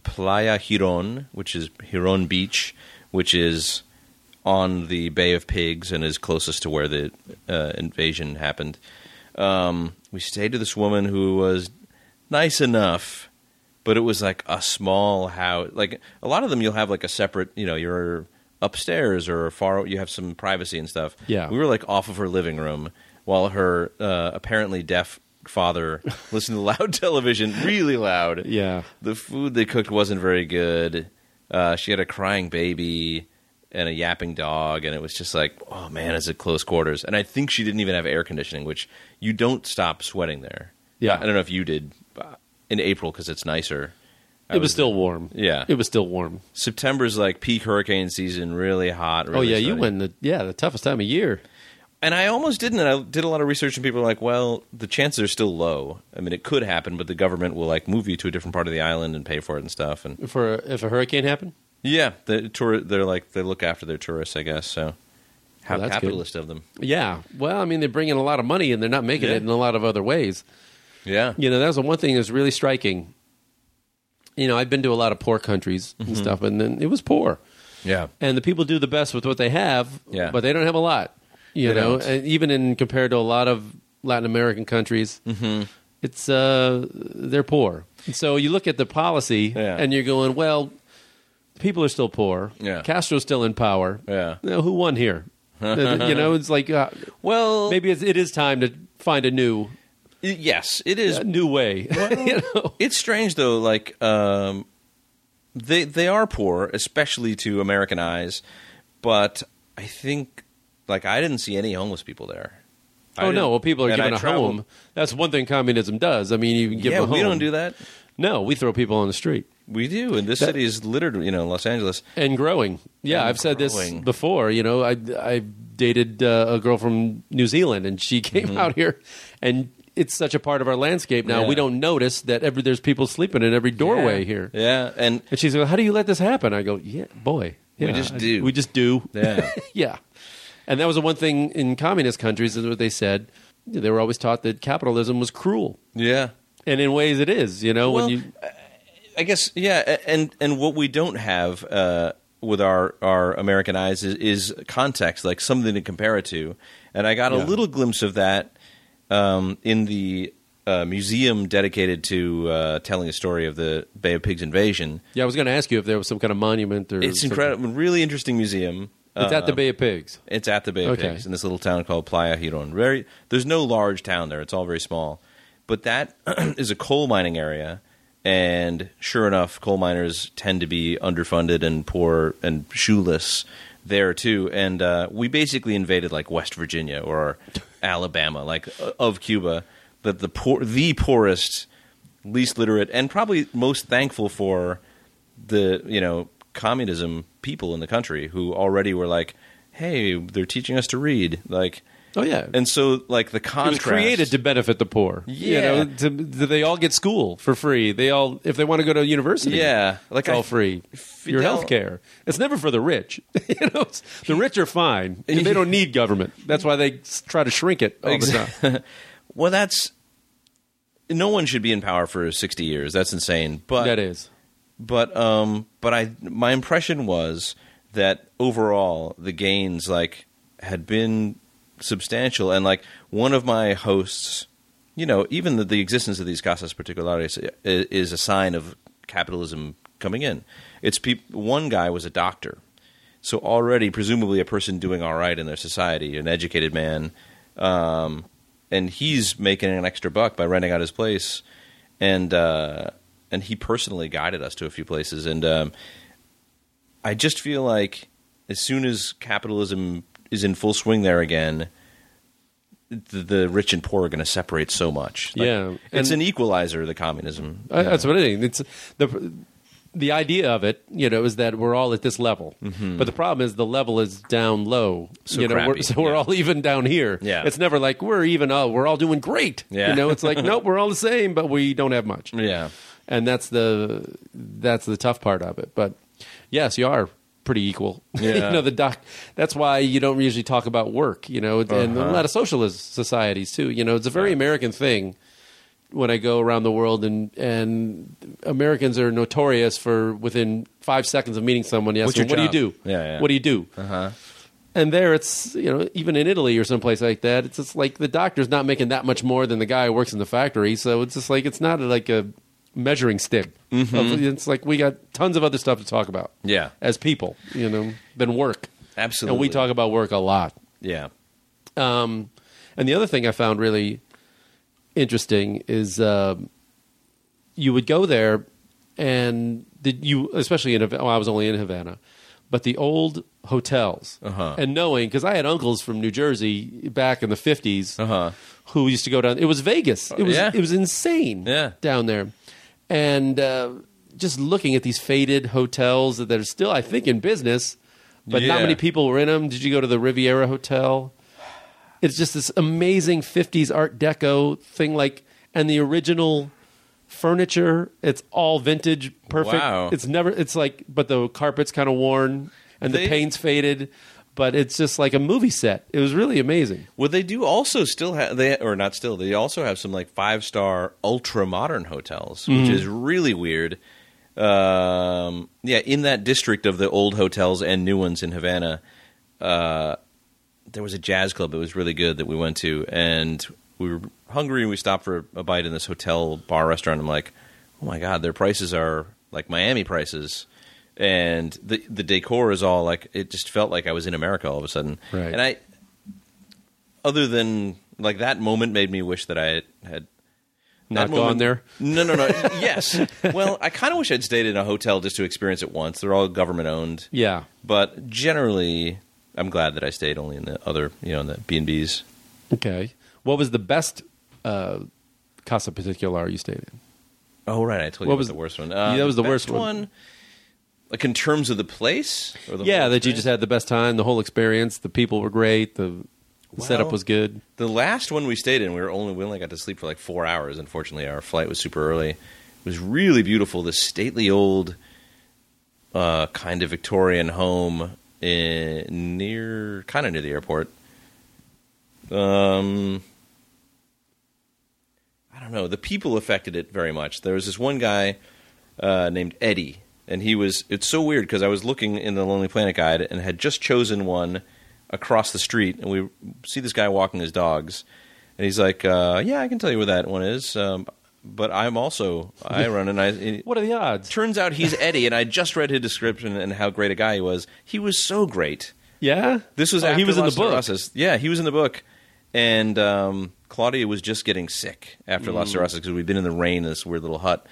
Playa Giron, which is Giron Beach, which is on the Bay of Pigs and is closest to where the uh, invasion happened. Um, we stayed with this woman who was nice enough, but it was like a small house. Like a lot of them, you'll have like a separate, you know, you're upstairs or far, you have some privacy and stuff. Yeah. We were like off of her living room while her uh, apparently deaf father listened to loud television, really loud Yeah. the food they cooked wasn't very good. Uh, she had a crying baby and a yapping dog, and it was just like, oh man, is it close quarters? And I think she didn't even have air conditioning, which you don't stop sweating there. Yeah. I don't know if you did uh, in April because it's nicer. I It was still warm. Yeah. It was still warm. September's like peak hurricane season, really hot. Really oh yeah, you sunny. went the yeah, the toughest time of year. And I almost didn't. And I did a lot of research, and people were like, "Well, the chances are still low. I mean, it could happen, but the government will like move you to a different part of the island and pay for it and stuff." And For if a hurricane happened? Yeah, the tour. They're like they look after their tourists, I guess. So how Well, that's good. capitalist of them. Yeah. Well, I mean they're bringing a lot of money and they're not making Yeah. it in a lot of other ways. Yeah, You know, that was the one thing that's really striking. You know, I've been to a lot of poor countries Mm-hmm. and stuff and then it was poor. yeah. And the people do the best with what they have, Yeah. but they don't have a lot. You They know, don't. and even in compared to a lot of Latin American countries, Mm-hmm. it's uh, they're poor. And so you look at the policy, Yeah. and you're going, well, people are still poor. Yeah. Castro's still in power. Yeah. Now, who won here? you know, it's like uh, Well, maybe it's, it is time to find a new y- yes, it is. a new way. you know? It's strange though. Like um, they they are poor, especially to American eyes. But I think like I didn't see any homeless people there. I Oh didn't- no! Well, people are and given I a traveled- home. That's one thing communism does. I mean, you can give yeah, them a home. we don't do that. No, we throw people on the street. We do, and this That- city is littered. You know, Los Angeles. and growing. Yeah, And I've said this growing. before. You know, I I dated uh, a girl from New Zealand, and she came out here, and it's such a part of our landscape now. Mm-hmm. Yeah. We don't notice that every there's people sleeping in every doorway here. Yeah, and And she's like, "How do you let this happen?" I go, "Yeah, boy, We yeah, just I- do." we just do." Yeah. yeah. And that was the one thing in communist countries is what they said. They were always taught that capitalism was cruel, yeah. and in ways it is. You know, Well, when you I guess yeah, a- and and what we don't have uh, with our our American eyes is, is context, like something to compare it to. And I got Yeah. a little glimpse of that um, in the uh, museum dedicated to uh, telling the story of the Bay of Pigs invasion. yeah, I was going to ask you if there was some kind of monument or It's something. incredible, really interesting museum. Uh, It's at the Bay of Pigs. It's at the Bay of Okay. Pigs in this little town called Playa Giron. Very, there's no large town there. It's all very small, but that is a coal mining area, and sure enough, coal miners tend to be underfunded and poor and shoeless there too. And uh, we basically invaded like West Virginia or Alabama, like uh, of Cuba, that the poor, the poorest least literate, and probably most thankful for the you know communism people in the country who already were like, hey, they're teaching us to read, like. Oh, yeah. and so like the It was contrast created to benefit the poor. Yeah. You know, to, to- they all get school for free. They all, if they want to go to university, Yeah. like Like it's all I- free. Your Fidel- health care. It's never for the rich. you know, it's- the rich are fine. They don't need government. That's why they s- try to shrink it all the time. Exa- well, that's no one should be in power for sixty years. That's insane. But that is. But um, but I my impression was that overall the gains like had been substantial, and like one of my hosts, you know, even the, the existence of these casas particulares i- is a sign of capitalism coming in. It's peop- one guy was a doctor, so already presumably a person doing all right in their society, an educated man, um, and he's making an extra buck by renting out his place, and uh, and he personally guided us to a few places, and um, I just feel like as soon as capitalism is in full swing there again. The, the rich and poor are going to separate so much. Yeah. it's And- an equalizer. The communism. I- Uh, That's what I think. It's the the idea of it, you know, is that we're all at this level. But the problem is the level is down low. Mm-hmm. So you know, we're, crappy, so we're yeah. all even down here. Yeah. It's never like we're even. Oh, we're all doing great. Yeah. You know, it's like nope, we're all the same, but we don't have much. Yeah. And that's the that's the tough part of it. But yes, you are pretty equal. Yeah. you know, the doc. That's why you don't usually talk about work. You know, and a Uh-huh. lot of socialist societies too. You know, it's a very American thing when I go around the world, and and Americans are notorious for within five seconds of meeting someone, you ask What's your them, "What do you do? job?" Yeah, yeah. What do you do?" Uh-huh. And there, it's you know, even in Italy or someplace like that, it's just like the doctor's not making that much more than the guy who works in the factory, so it's just like it's not like a measuring stick. Of- It's like we got tons of other stuff to talk about. Mm-hmm. Yeah. as people, you know, than work. and we Absolutely. talk about work a lot. Yeah. Um, and the other thing I found really interesting is um you would go there, and did you, especially in Havana, well, I was only in Havana, but the old hotels, Uh-huh. and knowing because I had uncles from New Jersey back in the 50s Uh-huh. Oh, who used to go down. It was Vegas. It was Yeah. it was insane Yeah. down there, and uh, just looking at these faded hotels that are still, I think, in business, but not Yeah. many people were in them. Did you go to the Riviera Hotel? It's just this amazing '50s Art Deco thing, like and the original furniture. It's all vintage, perfect. Wow. It's never. It's like, but the carpet's kind of worn and the They- paint's faded. But it's just like a movie set. It was really amazing. Well, they do also still have they or not still they also have some like five star ultra modern hotels, which is really weird. Um, yeah, in that district of the old hotels and new ones in Havana, uh, there was a jazz club that was really good that we went to, and we were hungry and we stopped for a bite in this hotel bar restaurant. I'm like, oh my god, their prices are like Miami prices, and the the decor is all like it just felt like I was in America all of a sudden. Right. And I, other than like that moment, made me wish that I had. Not that gone moment- there. No, no, no. yes. Well, I kind of wish I'd stayed in a hotel just to experience it once. They're all government owned. Yeah. But generally, I'm glad that I stayed only in the other, you know, in the B and B's. Okay. What was the best uh, Casa Particular you stayed in? Oh right, I told What was- you was the worst one. Yeah, that was the worst best one. Like in terms of the place, or the yeah, whole that you experience? just had the best time. The whole experience. The people were great. The the setup Well- was good. The last one we stayed in, we were only we only got to sleep for like four hours. Unfortunately, our flight was super early. It was really beautiful. This stately old, uh, kind of Victorian home in, near, kind of near the airport. Um, I don't know. The people affected it very much. There was this one guy uh, named Eddie, and he was. It's so weird because I was looking in the Lonely Planet guide and had just chosen one across the street, and we see this guy walking his dogs, and he's like, uh, "Yeah, I can tell you where that one is." Um, but I'm also I run and I. What are the odds? Turns out he's Eddie, and I just read his description and how great a guy he was. He was so great. Yeah. This was Oh, after he was in the Las book. Terrazas. Yeah, he was in the book, and um, Claudia was just getting sick after Las Terrazas because we'd been in the rain in this weird little hut,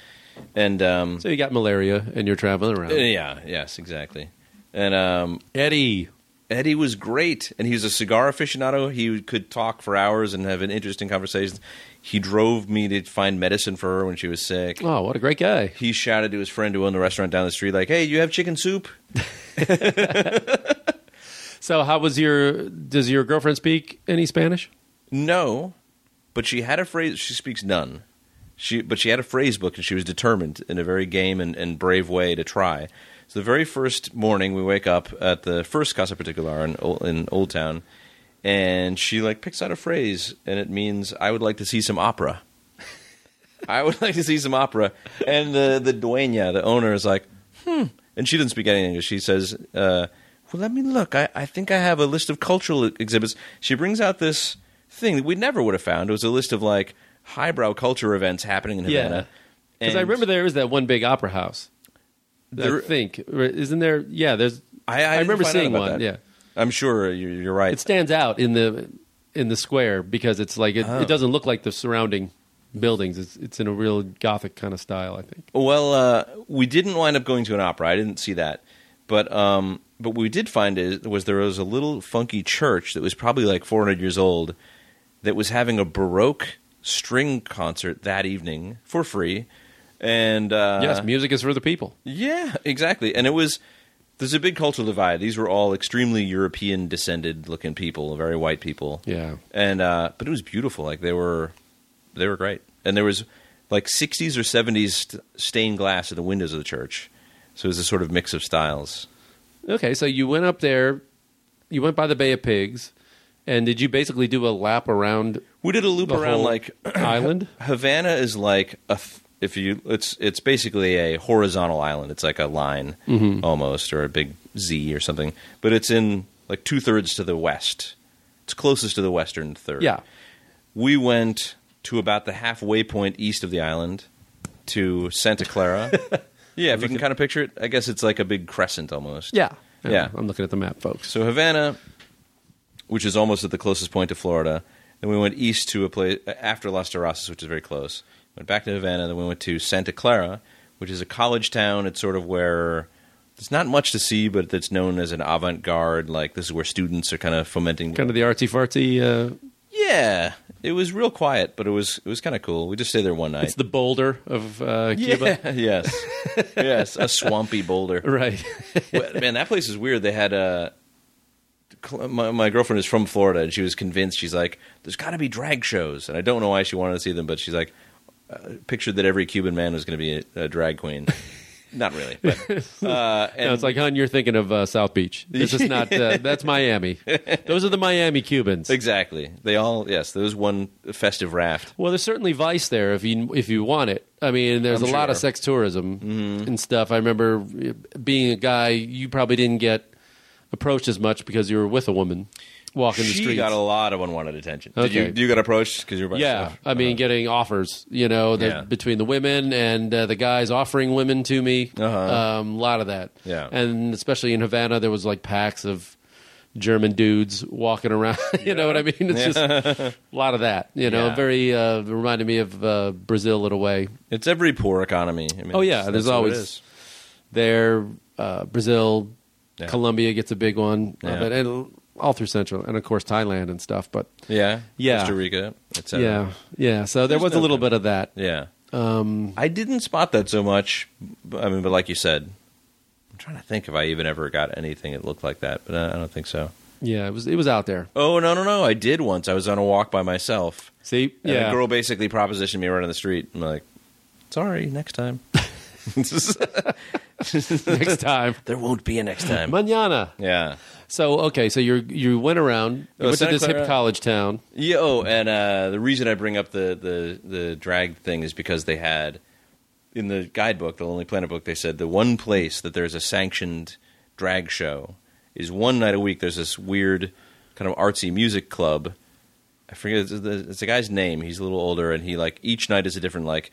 and um, Oh. eh, So you got malaria and you're traveling around. yeah, yes, exactly, and um, Eddie. Eddie was great, and he was a cigar aficionado. He could talk for hours and have an interesting conversation. He drove me to find medicine for her when she was sick. Oh, what a great guy. He shouted to his friend who owned the restaurant down the street, like, "Hey, you have chicken soup?" So, how was your? Does your girlfriend speak any Spanish? No, but she had a phrase. She speaks none. She, but she had a phrase book, and she was determined in a very game and, and brave way to try. So the very first morning, we wake up at the first Casa Particular in Ol- in Old Town, and she like picks out a phrase, and it means "I would like to see some opera." I would like to see some opera, and the the dueña, the owner, is like, "Hmm," and she doesn't speak any English. She says, uh, "Well, let me look. I, I think I have a list of cultural e-, exhibits." She brings out this thing that we never would have found. It was a list of like highbrow culture events happening in Havana. because And I remember there was that one big opera house. There- I think isn't there? Yeah, there's. didn't remember find out seeing about one. that. Yeah, I'm sure you're, you're right. it stands out in the in the square because it's like it, Oh. it doesn't look like the surrounding buildings. It's it's in a real gothic kind of style. I think. Well, uh, we didn't wind up going to an opera. I didn't see that, but um, but what we did find is was there was a little funky church that was probably like 400 years old that was having a baroque string concert that evening for free, and uh, yes, music is for the people. yeah, exactly. And it was there's a big cultural divide. These were all extremely European descended looking people, very white people. Yeah. And uh but it was beautiful. Like they were they were great. And there was like 60s or 70s st- stained glass in the windows of the church. So it was a sort of mix of styles. Okay, so you went up there, you went by the Bay of Pigs, and did you basically do a lap around We did a loop The around whole like island? Havana is like a th- if you it's it's basically a horizontal island. It's like a line almost or a big Z or something. But it's in like two thirds to the west. It's closest to the western third. Yeah. we went to about the halfway point east of the island to Santa Clara. yeah, if you can kind of picture it, I guess it's like a big crescent almost. yeah. I'm looking at the map, folks. So Havana, which is almost at the closest point to Florida, then we went east to a place after Las Terrazas, which is very close. Went back to Havana, then we went to Santa Clara, which is a college town. It's sort of where there's not much to see, but it's known as an avant-garde. Like this is where students are kind of fomenting. Kind of the artsy fartsy. Uh, yeah, it was real quiet, but it was it was kind of cool. We just stayed there one night. it's the Boulder of uh, Cuba, yeah, yes, yes, a swampy boulder. right? Well, man, that place is weird. They had uh, cl- my, my girlfriend is from Florida, and she was convinced. She's like, "There's got to be drag shows," and I don't know why she wanted to see them, but she's like, uh, pictured that every Cuban man was going to be a, a drag queen. Not really, but uh, and No, it's like, hon, you're thinking of uh, South Beach. This is not. Uh, that's Miami. Those are the Miami Cubans. exactly. They all yes, there was one festive raft. Well, there's certainly vice there if you if you want it. I mean, there's I'm a lot of sure. Mm-hmm. sex tourism and stuff. I remember being a guy, you probably didn't get approached as much because you were with a woman walking the she streets. got a lot of unwanted attention. Okay. Did you you got approached because you were by yeah, yourself? I mean, Uh-huh. getting offers, you know, the, Yeah. between the women and uh, the guys offering women to me. Uh-huh. Um, a lot of that. Yeah. and especially in Havana, there was like packs of German dudes walking around. you know what I mean? It's just a lot of that. You know, Yeah. very uh, reminded me of uh, Brazil in a way. it's every poor economy. I mean, Oh, yeah, it's- there's that's what it always- is. there, uh, Brazil, Yeah. Colombia gets a big one, Yeah. uh, but and all through Central and of course Thailand and stuff. But yeah, Yeah. Costa Rica, etc. yeah, yeah. So there There's was no a little kind bit of that. Yeah. Um, I didn't spot that so much. b- I mean, but like you said, I'm trying to think if I even ever got anything that looked like that, but I, I don't think so. Yeah, it was it was out there. Oh no, no, no! I did once. I was on a walk by myself. See, And yeah, a girl basically propositioned me right on the street. I'm like, "Sorry, next time." next time, there won't be a next time. mañana. yeah. So okay, so you you went around, you Oh, went Santa to this Clara. hip college town. Yeah. Oh, and uh, the reason I bring up the, the the drag thing is because they had in the guidebook, the Lonely Planet book, they said the one place that there's a sanctioned drag show is one night a week. There's this weird kind of artsy music club. I forget it's the, it's the guy's name. He's a little older, and he like each night is a different like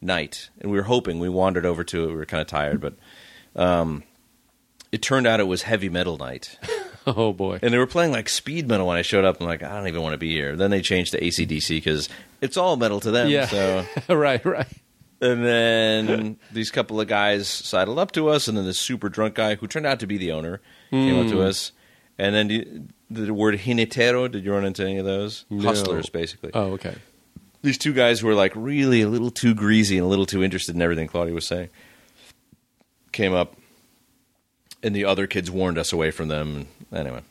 night. And we were hoping we wandered over to it. We were kind of tired, but um, it turned out it was heavy metal night. Oh boy, And they were playing like speed metal when I showed up. I'm like, I don't even want to be here. Then they changed to ACDC because it's all metal to them. yeah, So, right, right. and then these couple Hmm. of guys sidled up to us, and then this super drunk guy who turned out to be the owner came up to us, And then you, the word jinetero, did you run into any of those? Hustlers, basically. Oh, okay. These two guys who were like really a little too greasy and a little too interested in everything Claudia was saying came up, and the other kids warned us away from them. Anyway,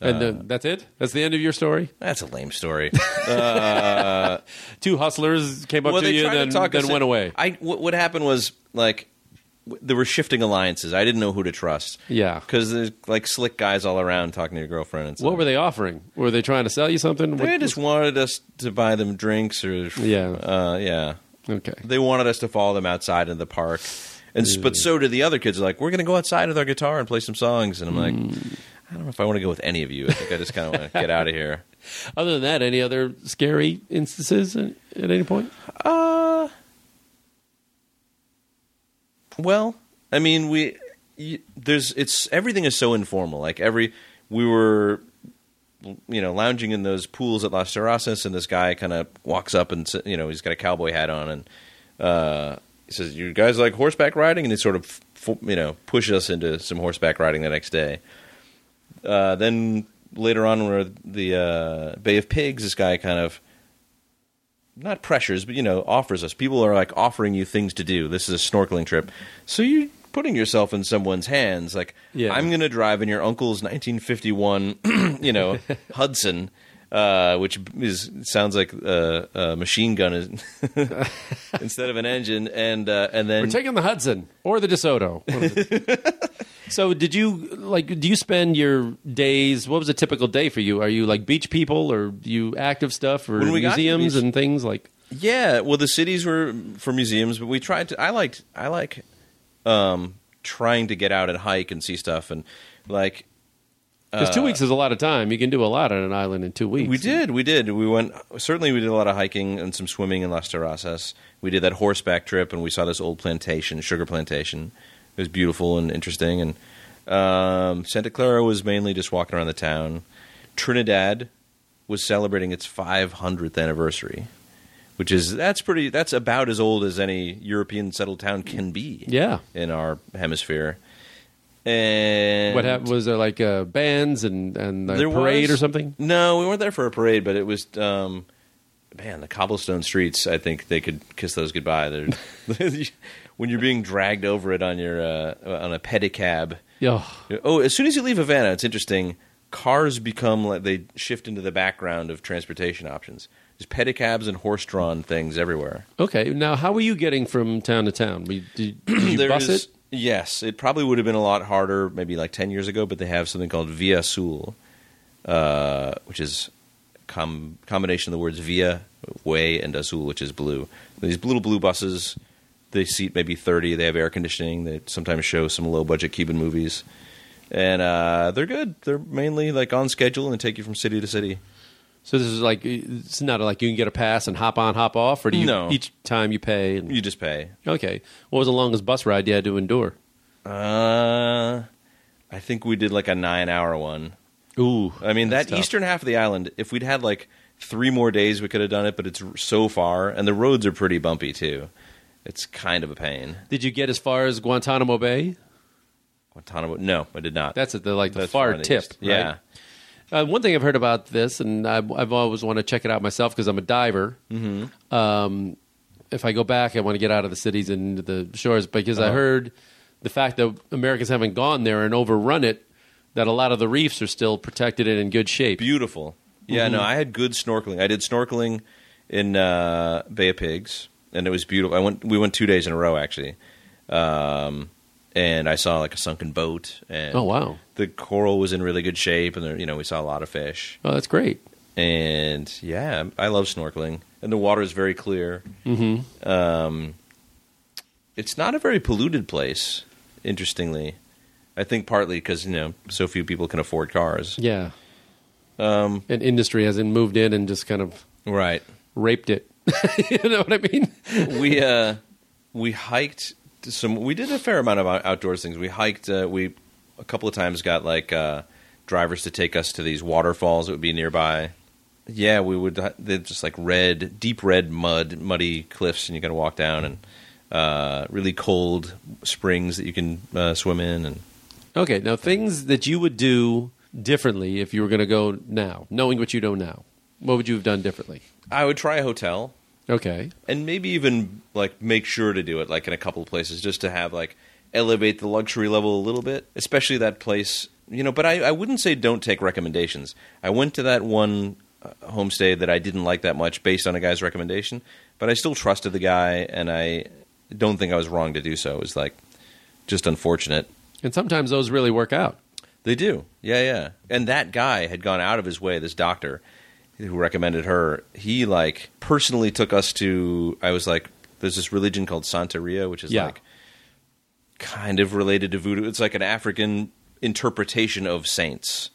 And uh, that's it. That's the end of your story. that's a lame story. Two hustlers came up well, to they you, tried and then, to talk then us went in- away. I what, what happened was like w- there were shifting alliances. I didn't know who to trust. Yeah. because there's like slick guys all around talking to your girlfriend. And stuff. What were they offering? Were they trying to sell you something? They What- just wanted us to buy them drinks or Yeah. uh, yeah. okay. They wanted us to follow them outside in the park, and s but so did the other kids. Like we're going to go outside with our guitar and play some songs, and I'm like. Mm. I don't know if I want to go with any of you. I think I just kind of want to get out of here. Other than that, any other scary instances at at any point? Uh, well, I mean, we y there's it's everything is so informal. Like every we were, you know, lounging in those pools at Las Terrasas, and this guy kind of walks up and s- you know he's got a cowboy hat on and uh, he says, "You guys like horseback riding?" And he sort of f- you know pushes us into some horseback riding the next day. Uh, then later on, where the uh, Bay of Pigs, this guy kind of not pressures, but you know, offers us. People are like offering you things to do. This is a snorkeling trip, so you're putting yourself in someone's hands. Like, Yeah. I'm going to drive in your uncle's 1951, you know, Hudson, uh, which is sounds like uh, a machine gun is, instead of an engine, and uh, and then We're taking the Hudson or the DeSoto. One of the- so, did you like? Do you spend your days? What was a typical day for you? Are you like beach people, or do you active stuff, or When we got to the museums beach- and things like? Yeah, well, the cities were for museums, but we tried to. I liked. I like um, trying to get out and hike and see stuff, and like Because two weeks is a lot of time. You can do a lot on an island in two weeks. uh, we did, we did. We went. Certainly, we did a lot of hiking and some swimming in Las Terrasas. We did that horseback trip, and we saw this old plantation, sugar plantation. It was beautiful and interesting. And um, Santa Clara was mainly just walking around the town. Trinidad was celebrating its 500th anniversary, which is that's pretty. That's about as old as any European settled town can be. Yeah. in our hemisphere. And What happened? Was there like uh, bands and and a there parade was- or something? No, we weren't there for a parade, but it was um, man the cobblestone streets. I think they could kiss those goodbye. They're, when you're being dragged over it on your uh, on a pedicab. Yeah. Oh, as soon as you leave Havana, it's interesting. Cars become like they shift into the background of transportation options. There's pedicabs and horse-drawn things everywhere. Okay. Now, how were you getting from town to town? We- Did, did you There bus is- it? Yes, it probably would have been a lot harder maybe like 10 years ago, but they have something called Via Sul, uh, which is com- combination of the words via, way, and azul, which is blue. These little blue buses, they seat maybe 30, they have air conditioning, they sometimes show some low budget Cuban movies. And uh, they're good. They're mainly like on schedule and take you from city to city. So this is like it's not like you can get a pass and hop on, hop off, or do you No. each time you pay? And, You just pay. okay. What was the longest bus ride you had to endure? Uh, I think we did like a nine hour one. Ooh, I mean, that that's tough. eastern half of the island, if we'd had like three more days, we could have done it, but it's r- so far, and the roads are pretty bumpy too. It's kind of a pain. Did you get as far as Guantanamo Bay? Guantanamo? No, I did not. That's at the like the That's far in tip. east. right? Yeah. Uh, one thing I've heard about this, and I've, I've always wanted to check it out myself because I'm a diver. Um, if I go back, I want to get out of the cities and the shores because I heard the fact that Americans haven't gone there and overrun it, that a lot of the reefs are still protected and in good shape. Beautiful. Yeah, Mm-hmm. no, I had good snorkeling. I did snorkeling in uh, Bay of Pigs, and it was beautiful. I went. We went two days in a row actually, um, and I saw like a sunken boat. And Oh, wow. The coral was in really good shape, and there, you know we saw a lot of fish. Oh, that's great. and yeah, I love snorkeling, and the water is very clear. Mm-hmm. Um, it's not a very polluted place, interestingly. I think partly because you know so few people can afford cars, Yeah. Um, and industry hasn't moved in and just kind of right? raped it. you know what I mean? we uh, we hiked to some. We did a fair amount of out- outdoors things. We hiked. Uh, we a couple of times got like uh, drivers to take us to these waterfalls that would be nearby. Yeah, we would. uh, They're just like red, deep red mud, muddy cliffs, and you got to walk down and uh, really cold springs that you can uh, swim in. And Okay, now things that you would do differently if you were going to go now, knowing what you know now? What would you have done differently? I would try a hotel Okay. and maybe even like make sure to do it like in a couple of places just to have like elevate the luxury level a little bit, especially that place, you know. But I, I wouldn't say don't take recommendations. I went to that one uh, homestay that I didn't like that much based on a guy's recommendation, but I still trusted the guy, and I don't think I was wrong to do so. It was like just unfortunate. And sometimes those really work out. They do. Yeah, yeah. And that guy had gone out of his way, this doctor who recommended her, he like personally took us to I was like there's this religion called Santeria, which is Yeah. like kind of related to voodoo. It's like an African interpretation of saints.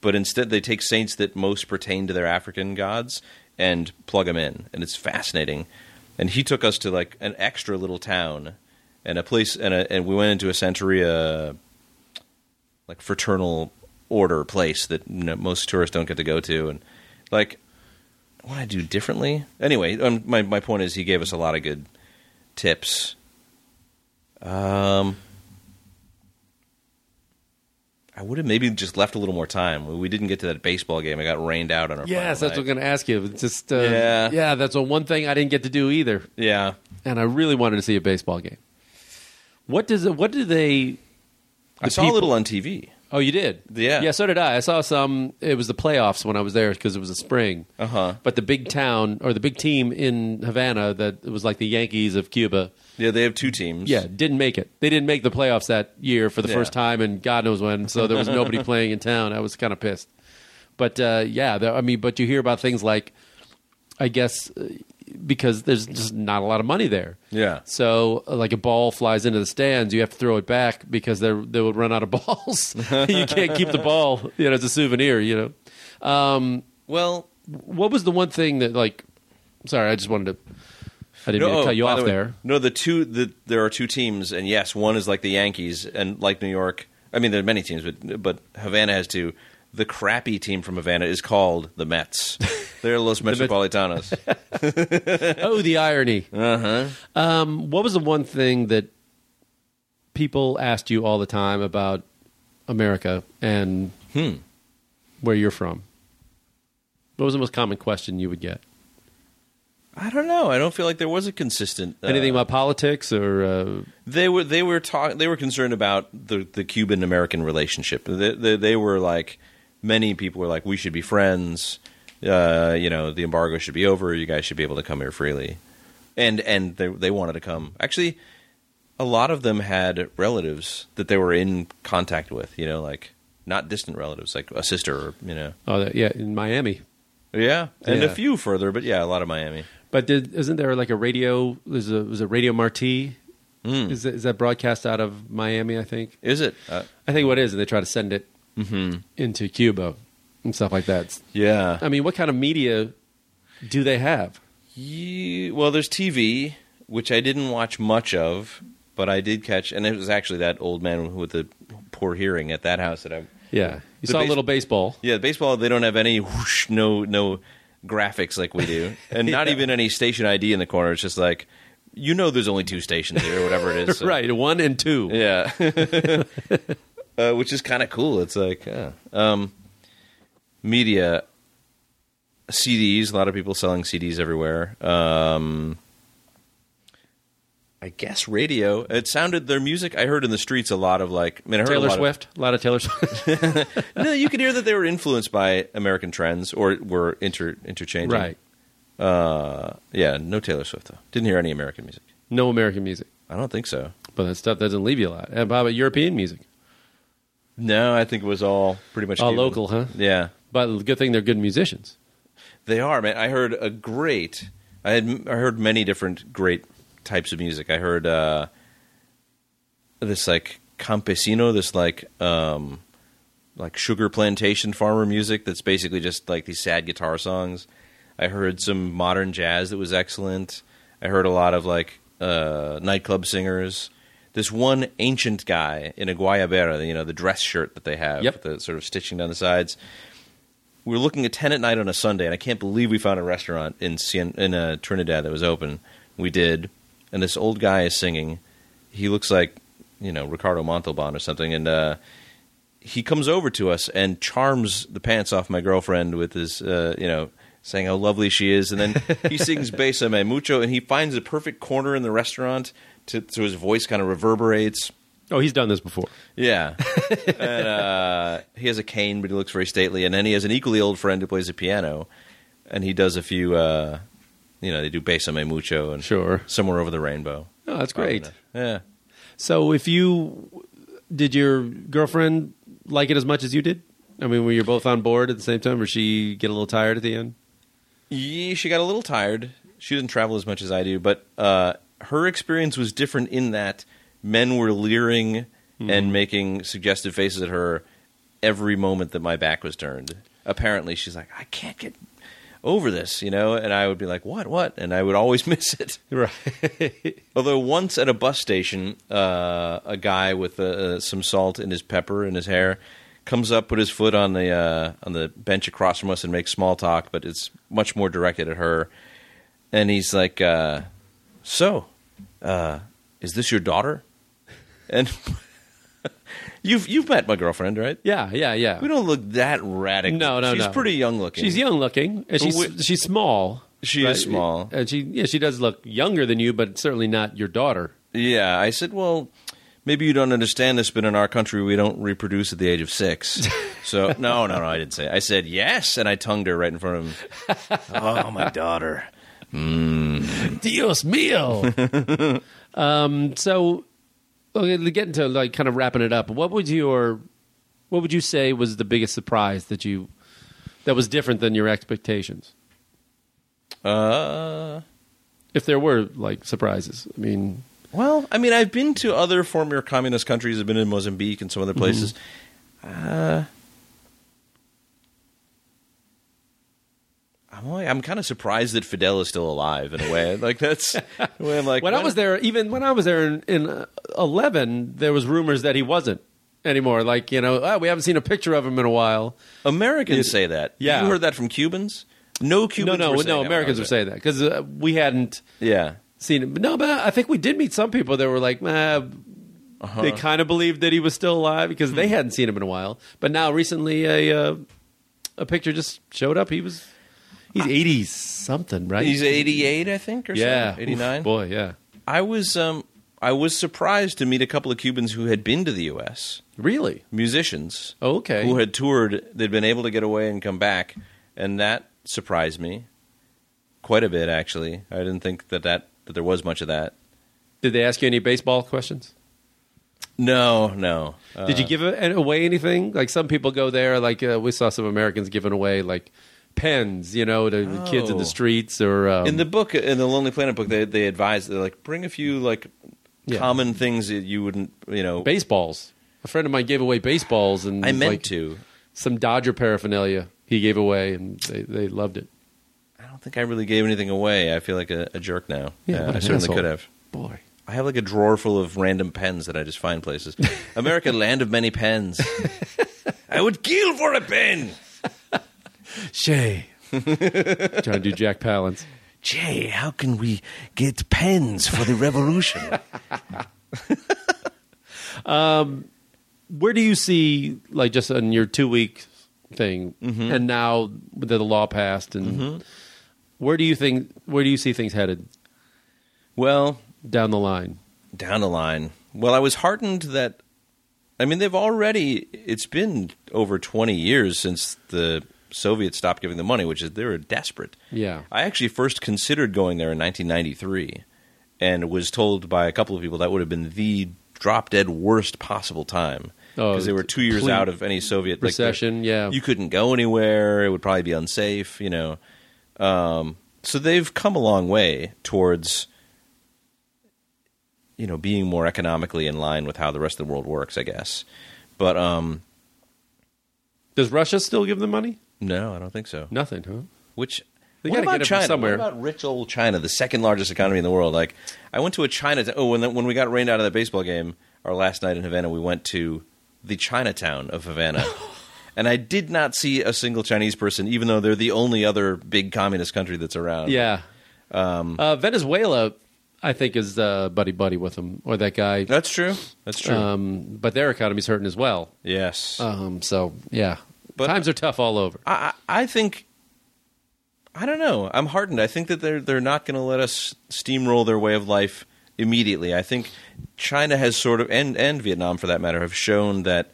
But instead they take saints that most pertain to their African gods and plug them in. And it's fascinating. And he took us to like an extra little town and a place and a, and we went into a Santeria like fraternal order place that you know, most tourists don't get to go to, and like what I do differently. Anyway, um, my my point is he gave us a lot of good tips. Um, I would have maybe just left a little more time. We didn't get to that baseball game. I got rained out on our. Yes, that's final what I'm night. going to ask you. It's just uh, Yeah. yeah, that's the one thing I didn't get to do either, Yeah, and I really wanted to see a baseball game. What does it, what do they? I saw a little on TV. Oh, you did? Yeah. yeah. So did I. I saw some. It was the playoffs when I was there because it was the spring. Uh Uh-huh. But the big town or the big team in Havana that was like the Yankees of Cuba. Yeah, they have two teams. Yeah, didn't make it. They didn't make the playoffs that year for the Yeah. first time, and God knows when. So there was nobody playing in town. I was kind of pissed. But uh, yeah, there, I mean, but you hear about things like, I guess, uh, because there's just not a lot of money there. Yeah. So uh, like a ball flies into the stands, you have to throw it back because they they would run out of balls. you can't keep the ball. You know, it's a souvenir. You know. Um, Well, what was the one thing that like? Sorry, I just wanted to. I didn't mean oh, to cut you by off the way, there. No, the two the, there are two teams, and yes, one is like the Yankees and like New York. I mean, there are many teams, but but Havana has two. The crappy team from Havana is called the Mets. They're Los Metropolitanos. oh, the irony. Uh huh. Um, what was the one thing that people asked you all the time about America and where you're from? What was the most common question you would get? I don't know. I don't feel like there was a consistent uh, Anything about politics or uh, They were they were talk, they were concerned about the the Cuban American relationship. They, they, they were like many people were like we should be friends. Uh, you know the embargo should be over. You guys should be able to come here freely, and and they they wanted to come. Actually, a lot of them had relatives that they were in contact with. You know, like not distant relatives, like a sister. Or, you know, oh that- yeah in Miami? yeah, and Yeah. a few further, but yeah, a lot of Miami. But did, isn't there like a radio? There's a was a Radio Marti. Is, that, is that broadcast out of Miami? I think. Is it? Uh, I think what it is, and they try to send it into Cuba and stuff like that. It's- yeah, I mean, what kind of media do they have? Ye- well, there's TV, which I didn't watch much of, but I did catch, and it was actually that old man with the poor hearing at that house that I. Yeah, you The saw a base- little baseball. Yeah, baseball. They don't have any whoosh, no, no graphics like we do, and not even any station ID in the corner. It's just like, you know, there's only two stations here, or whatever it is. so- Right, one and two. Yeah. uh, which is kind of cool. It's like, uh, um, media, CDs, a lot of people selling CDs everywhere. Um, I guess radio. It sounded their music. I heard in the streets a lot of like I mean, I heard a Taylor lot of- Swift, a lot of Taylor Swift. no, you could hear that they were influenced by American trends or were inter interchanging. right, Uh, yeah. No Taylor Swift though. Didn't hear any American music. no American music, I don't think so. but that stuff doesn't leave you a lot. And how about European music? No, I think it was all pretty much All Cuban. local, huh? Yeah. But good thing they're good musicians. They are, man. I heard a great. I had I heard many different great types of music. I heard uh, this like campesino, this like um, like sugar plantation farmer music that's basically just like these sad guitar songs. I heard some modern jazz that was excellent. I heard a lot of like uh, nightclub singers. This one ancient guy in a guayabera, you know, the dress shirt that they have, Yep. with the sort of stitching down the sides we were looking at ten at night on a Sunday, and I can't believe we found a restaurant in Cien- in uh, Trinidad that was open. We did, and this old guy is singing. He looks like you know Ricardo Montalban or something, and uh, he comes over to us and charms the pants off my girlfriend with his, uh, you know, saying how lovely she is, and then he sings "Besame mucho," and he finds the perfect corner in the restaurant to, so his voice kind of reverberates. Oh, he's done this before. Yeah. and, uh, he has a cane, but he looks very stately. And then he has an equally old friend who plays the piano, and he does a few, uh, you know, they do Besame Mucho and Sure. Somewhere Over the Rainbow. Oh, that's great. Yeah. So, if you did your girlfriend like it as much as you did? I mean, were you both on board at the same time, or she get a little tired at the end? yeah. She got a little tired. She doesn't travel as much as I do, but uh, her experience was different in that men were leering and making suggestive faces at her every moment that my back was turned. Apparently, she's like, I can't get over this, you know? And I would be like, what, what? And I would always miss it. Right. Although once at a bus station, uh, a guy with uh, some salt in his pepper in his hair comes up, put his foot on the uh, on the bench across from us, and makes small talk. But it's much more directed at her. And he's like, uh, "So, uh, is this your daughter?" And you've you've met my girlfriend, right? Yeah, yeah, yeah. We don't look that radical. No, no, She's no. pretty young looking. She's young looking, and she's we- she's small. She is small. and Uh, she yeah she does look younger than you, but certainly not your daughter. Yeah, I said, well, maybe you don't understand this, but in our country, we don't reproduce at the age of six. So no, no, no, I didn't say. It. I said yes, and I tongued her right in front of him. oh, my daughter. Dios mio. um, so, okay, to get into like kind of wrapping it up. What would your, what would you say was the biggest surprise that you, that was different than your expectations? Uh, If there were like surprises, I mean, well, I mean, I've been to other former communist countries. I've been in Mozambique and some other places. Mm-hmm. Uh, I'm like, I'm kind of surprised that Fidel is still alive in a way. Like that's when I'm like when I was there, even when I was there in, in uh, eleven, there was rumors that he wasn't anymore. Like you know, oh, we haven't seen a picture of him in a while. Americans say that. Yeah. you heard that from Cubans. No Cubans. no, were no, saying oh, no. that when I Americans was were there. saying that because uh, we hadn't Yeah. seen him. But no, but I think we did meet some people that were like, nah, Uh-huh. they kind of believed that he was still alive because Hmm. they hadn't seen him in a while. But now recently, a uh, a picture just showed up. He was he's eighty something, right? Ah. He's 88, I think, or yeah, something. Oof, 89. boy, yeah. I was um I was surprised to meet a couple of Cubans who had been to the US, Really? musicians. Oh, Okay. Who had toured, they'd been able to get away and come back, and that surprised me quite a bit actually. I didn't think that that, that there was much of that. Did they ask you any baseball questions? No, no. Uh, Did you give a- away anything? Like some people go there, like uh, we saw some Americans giving away like pens, you know, to the kids in Oh. the streets or um, in the book in the Lonely Planet book they they advise they're like bring a few like Yeah. common things that you wouldn't, you know, baseballs. A friend of mine gave away baseballs, and I meant like, to. some Dodger paraphernalia he gave away, and they, they loved it. I don't think I really gave anything away. I feel like a, a jerk now. Yeah, Uh, what an I certainly asshole. could have. Boy, I have like a drawer full of random pens that I just find places. America, land of many pens. I would kill for a pen. Shay, trying to do Jack Palance. Jay, how can we get pens for the revolution? Where do you see like just on your two week thing, Mm-hmm. and now that the law passed, and where do you think where do you see things headed well, down the line? down the line. Well, I was heartened that. I mean, they've already. It's been over 20 years since the Soviets stopped giving the money, which is they were desperate. Yeah. I actually first considered going there in 1993 and was told by a couple of people that would have been the drop dead worst possible time. Oh, Because they were two years complete out of any Soviet like, recession, the- yeah. you couldn't go anywhere. It would probably be unsafe. You know, um, so they've come a long way towards you know being more economically in line with how the rest of the world works, I guess. But um, Does Russia still give them money? no, I don't think so. Nothing, huh? Which They what gotta about get it from China? somewhere. What about rich old China, the second largest economy in the world? Like I went to a China. Oh, when when we got rained out of that baseball game, our last night in Havana, we went to the Chinatown of Havana. And I did not see a single Chinese person, even though they're the only other big communist country that's around. Yeah. Um, uh, Venezuela, I think, is uh, buddy buddy with him or that guy. That's true. That's true. Um, but their economy's hurting as well. yes. Um, so yeah, But- times are tough all over. I I I think I don't know. I'm heartened. I think that they're they're not going to let us steamroll their way of life immediately. I think China has sort of and and Vietnam for that matter have shown that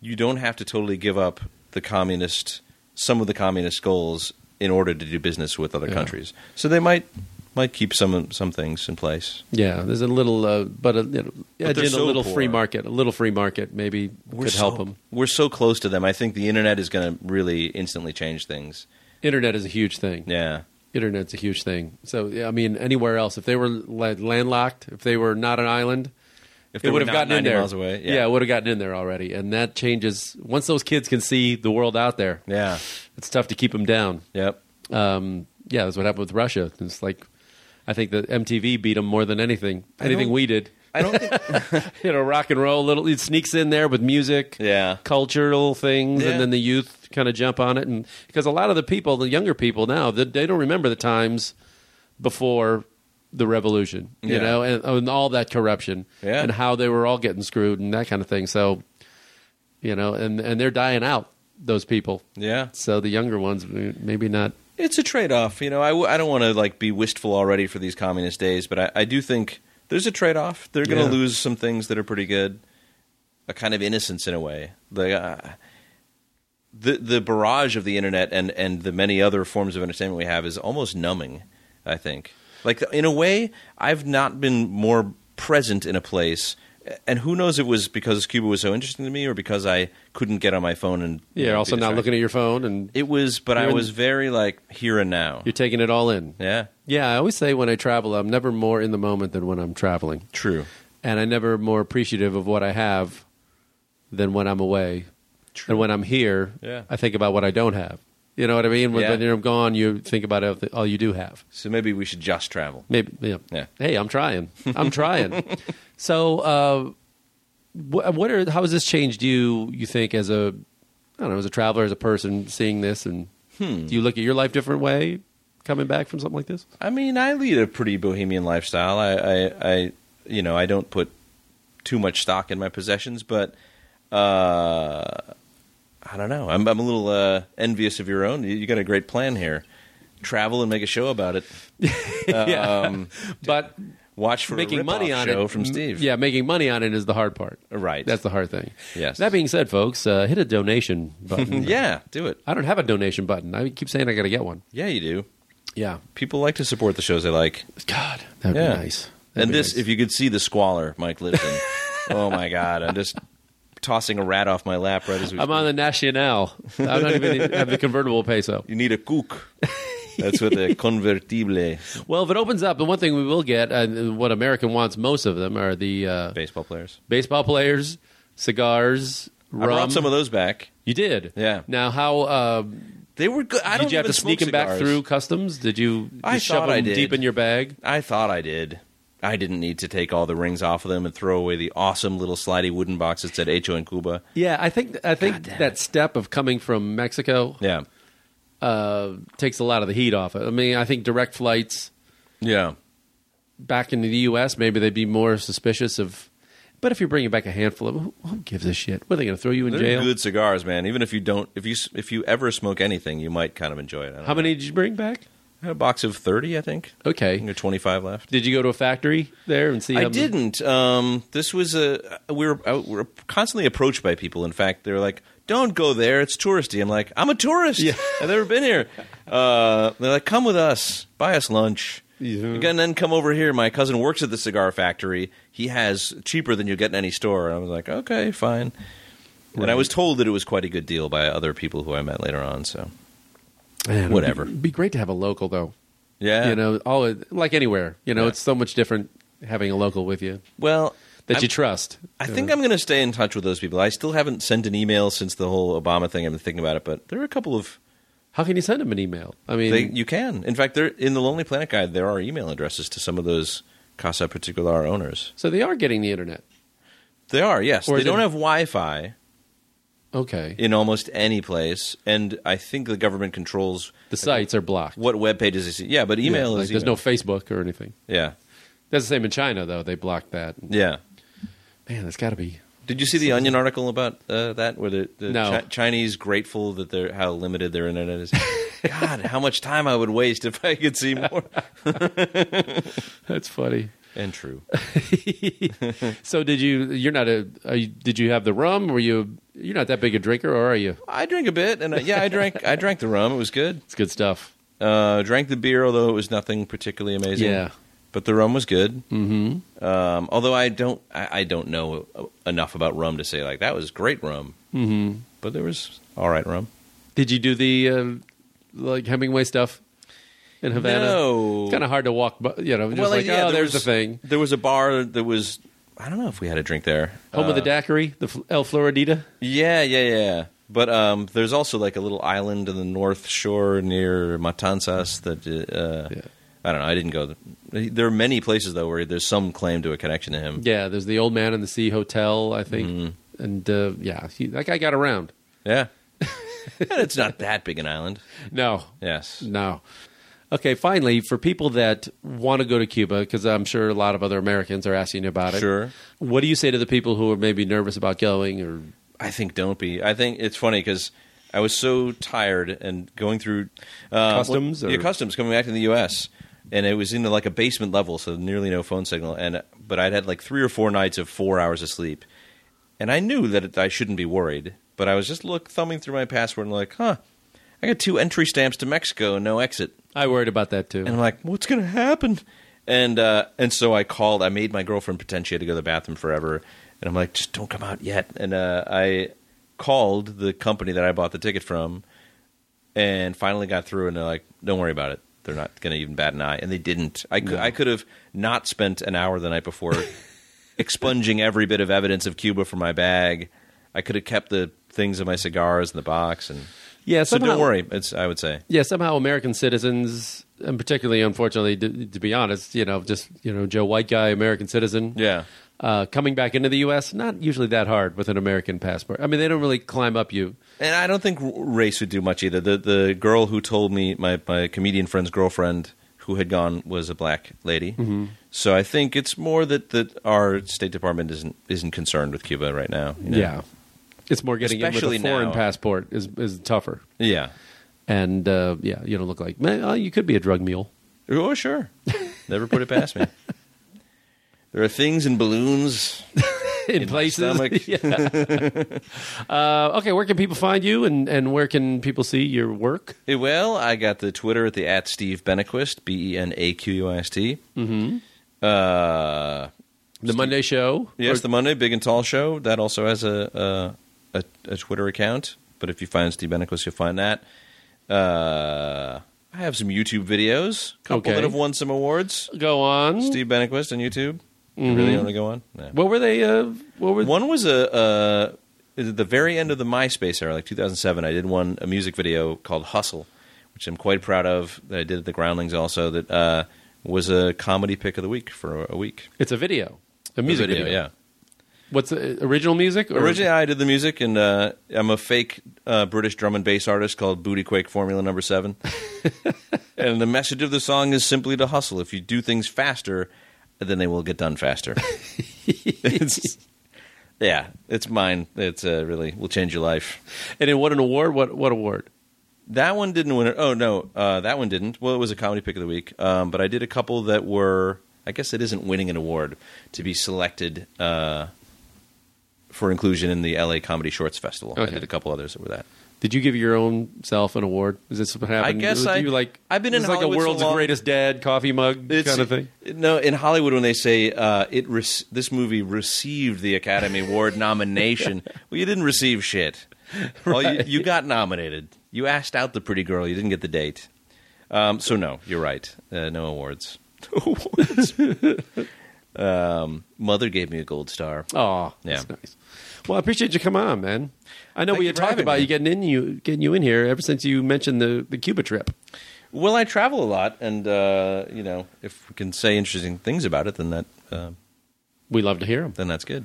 you don't have to totally give up the communist some of the communist goals in order to do business with other countries. So they might might keep some some things in place. Yeah, there's a little, uh, but a, you know, edge they're in a so little poor. free market. A little free market maybe could help them. We're so close to them. I think the internet is going to really instantly change things. Internet is a huge thing. Yeah. Internet's a huge thing. So yeah, I mean, anywhere else, if they were la- landlocked, if they were not an island, If it they were would have not gotten in 90 there. miles away. it would have gotten in there already. And that changes once those kids can see the world out there. Yeah. It's tough to keep them down. Yep. Um, yeah, that's what happened with Russia. It's like I think that MTV beat them more than anything. Anything we did. I don't think you know, rock and roll little it sneaks in there with music, Yeah. cultural things, Yeah. and then the youth kind of jump on it and because a lot of the people, the younger people now, they, they don't remember the times before the revolution, you Yeah. know, and, and all that corruption Yeah. and how they were all getting screwed and that kind of thing. So, you know, and and they're dying out those people. Yeah. So the younger ones maybe not it's a trade-off. You know, I, w- I don't want to like be wistful already for these communist days, but I, I do think there's a trade-off. They're going to Yeah. lose some things that are pretty good, a kind of innocence in a way. The uh, the the barrage of the internet and and the many other forms of entertainment we have is almost numbing. I think, like in a way, I've not been more present in a place. And who knows? It was because Cuba was so interesting to me, or because I couldn't get on my phone and you Yeah, know, also be not distracted. looking at your phone and It was, but I You're in- was very like here and now. you're taking it all in. Yeah, Yeah, I always say when I travel, I'm never more in the moment than when I'm traveling. true. and I never more appreciative of what I have than when I'm away. And when I'm here, Yeah. I think about what I don't have. You know what I mean? When, Yeah. when you're gone, you think about all the- all you do have. So maybe we should just travel. Maybe, yeah. Yeah. Hey, I'm trying. I'm trying. so, uh, wh- what are how has this changed you? You think as a, I don't know, as a traveler, as a person seeing this, and Hmm. do you look at your life different way coming back from something like this? I mean, I lead a pretty bohemian lifestyle. I, I, I you know, I don't put too much stock in my possessions, but uh, I don't know. I'm, I'm a little uh, envious of your own. You, you got a great plan here. Travel and make a show about it. Um, But watch for a making money rip-off on show it from Steve. Yeah, making money on it is the hard part. Right. That's the hard thing. Yes. That being said, folks, uh, hit a donation button. yeah, do it. I don't have a donation button. I keep saying I got to get one. Yeah, you do. Yeah. People like to support the shows they like. God, that'd Yeah. be nice. That'd And be this, nice. if you could see the squalor Mike lives in. oh my God! I'm just tossing a rat off my lap right as we. I'm on the Nacional. I don't even have the convertible peso. You need a cook. That's what the convertible Well, if it opens up, the one thing we will get, and what American wants most of them, are the uh, baseball players. baseball players, cigars, rum. I brought some of those back. You did, Yeah. Now, how uh, They were good. I don't did you have even to sneak smoke them back cigars. through customs? Did you just I shove thought I them did. deep in your bag? I thought I did. I didn't need to take all the rings off of them and throw away the awesome little slidey wooden box that said "Hecho in Cuba." Yeah, I think I think that step of coming from Mexico Yeah, uh, takes a lot of the heat off it. I mean, I think direct flights yeah. back into the U.S. maybe they'd be more suspicious of. But if you're bringing back a handful of, who, who gives a shit? What are they going to throw you in They're jail? good cigars, man. Even if you don't, if you s- if you ever smoke anything, you might kind of enjoy it. I don't How many did you bring back? I had a box of 30, I think. I think there Okay, are 25 left. did you go to a factory there and see? I how many- didn't. Um, this was a we were, I, we were constantly approached by people. In fact, they were like, "Don't go there; it's touristy." I'm like, "I'm a tourist. I've never been here." Uh, they're like, "Come with us, buy us lunch." And then come over here. My cousin works at the cigar factory. He has cheaper than you get in any store. And I was like, okay, fine. And I was told that it was quite a good deal by other people who I met later on. So, Man, it'd Eh, be- whatever. It'd be great to have a local though. yeah, You know, all like anywhere. You know, Yeah. it's so much different having a local with you Well, that I'm- you trust. I you think know. I'm going to stay in touch with those people. I still haven't sent an email since the whole Obama thing. I've been thinking about it, but there are a couple of How can you send them an email? I mean, they, you can. In fact, there in the Lonely Planet guide there are email addresses to some of those Casa Particular owners. so they are getting the internet. They are yes. Or they is it- don't have Wi-Fi Okay. in almost any place, and I think the government controls The sites are blocked. what web pages they see. Yeah, but email Yeah, like is there's email. no Facebook or anything. yeah. That's the same in China, though. They blocked that. Yeah. Man, that's got to be. Did you see the Onion article about uh, that? Where the, the No. Chi- Chinese grateful that they're how limited their internet is. God, how much time I would waste if I could see more. That's funny. and true. So did you? You're not a. Are you, did you have the rum? Were you? You're not that big a drinker, or are you? I drink a bit, and I, yeah, I drank. I drank the rum. It was good. It's good stuff. Uh, drank the beer, although it was nothing particularly amazing. Yeah. but the rum was good. Mm-hmm. Um, although I don't, I, I don't know uh, enough about rum to say like that was great rum. Mm-hmm. But there was all right rum. Did you do the uh, like Hemingway stuff in Havana? No. it's kind of hard to walk. By, you know, just like yeah, oh, there there's was- the thing. There was a bar that was. I don't know if we had a drink there. Home of the daiquiri, the F- El Floridita. Yeah, yeah, yeah. But um, there's also like a little island in the north shore near Matanzas that uh, Yeah. I don't know. I didn't go. There. there are many places though where there's some claim to a connection to him. Yeah, there's the Old Man in the Sea Hotel, I think, and uh, yeah, he, that guy got around. Yeah, and it's not that big an island. No, Yes. No. Okay, finally, for people that want to go to Cuba, because I'm sure a lot of other Americans are asking about it. Sure. What do you say to the people who are maybe nervous about going or I think don't be. I think it's funny because I was so tired and going through uh, Customs what- or- yeah, customs coming back to the U.S. and it was in like a basement level, so nearly no phone signal. And but I'd had like three or four nights of four hours of sleep, and I knew that it, I shouldn't be worried. But I was just look thumbing through my passport and like, huh, I got two entry stamps to Mexico and no exit. I worried about that too. And I'm like, what's going to happen? And uh, and so I called. I made my girlfriend pretend she had to go to the bathroom forever. And I'm like, just don't come out yet. And uh, I called the company that I bought the ticket from, and finally got through. And they're like, don't worry about it. They're not going to even bat an eye. And they didn't. I could I could have not spent an hour the night before expunging every bit of evidence of Cuba from my bag. I could have kept the things of my cigars in the box. And yeah, so somehow, don't worry. It's I would say. Yeah, somehow American citizens, and particularly, unfortunately, to, to be honest, you know, just you know, Joe White guy, American citizen. Yeah. Uh, coming back into the U.S. not usually that hard with an American passport. I mean, they don't really climb up you. And I don't think r- race would do much either. The the girl who told me my, my comedian friend's girlfriend who had gone was a black lady. So I think it's more that, that our State Department isn't isn't concerned with Cuba right now. you know? it's more getting Especially in with a foreign now. passport is is tougher. yeah. and uh, yeah, you don't look like man. Oh, you could be a drug mule. Oh sure, never put it past me. There are things in balloons. In, my stomach. Yeah. uh, okay, where can people find you, and, and where can people see your work? Eh, Well, I got the Twitter at the at Steve Benquist B E N A Q U I S T. Uh, The Monday Show. Yes, Or- the Monday Big and Tall Show. That also has a a, a, a Twitter account. But if you find Steve Benicus, you'll find that. Uh, I have some YouTube videos. Couple Okay. that have won some awards. go on. Steve Benequist on YouTube. You really want to go on? No. Mm-hmm. What were they? Uh, what were One was a, uh is at the very end of the MySpace era, like 2007. I did one a music video called Hustle, which I'm quite proud of. That I did at the Groundlings also. That uh, was a comedy pick of the week for a week. It's a video, a music video. yeah. What's the, original music? Or, Originally, I did the music, and uh, I'm a fake uh, British drum and bass artist called Booty Quake Formula Number Seven. and the message of the song is simply to hustle. If you do things faster, then they will get done faster. it's, yeah, it's mine. It's uh, really will change your life. and it won an award. What what award? That one didn't win. it. Oh no, uh, that one didn't. Well, it was a comedy pick of the week. Um, but I did a couple that were. I guess it isn't winning an award to be selected uh, for inclusion in the LA Comedy Shorts Festival. I Okay. did a couple others that were that. Did you give your own self an award? Is this what happened? guess Was I- you like I've been this in is like a Hollywood so world's long. greatest dad coffee mug kind of thing. No, in Hollywood, when they say uh, it, rec- this movie received the Academy Award nomination. Well, you didn't receive shit. Well, you, you got nominated. You asked out the pretty girl. You didn't get the date. Um, so no, you're right. Uh, no awards. No awards. um, mother gave me a gold star. Oh, Yeah. that's nice. Well, I appreciate you coming on, man. I know Thank we you had for talked having about me. you getting in you getting you in here ever since you mentioned the, the Cuba trip. Well, I travel a lot, and uh, you know, if we can say interesting things about it, then that uh, We love to hear them. then that's good.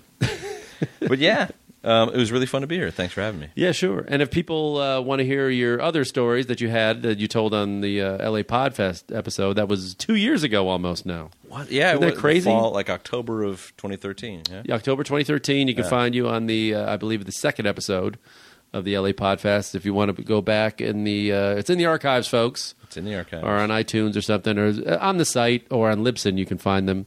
but yeah, Um, it was really fun to be here. Thanks for having me. Yeah, sure. And if people uh, want to hear your other stories that you had that you told on the uh, LA Podfest episode, that was two years ago almost now. What? Yeah, Isn't that it was crazy? Fall, like October of 2013. Yeah. October 2013. You can find you on the, uh, I believe, the second episode of the LA Podfest. If you want to go back in the, uh, it's in the archives, folks, It's in the archive. or on iTunes or something, or uh, on the site or on Libsyn. You can find them.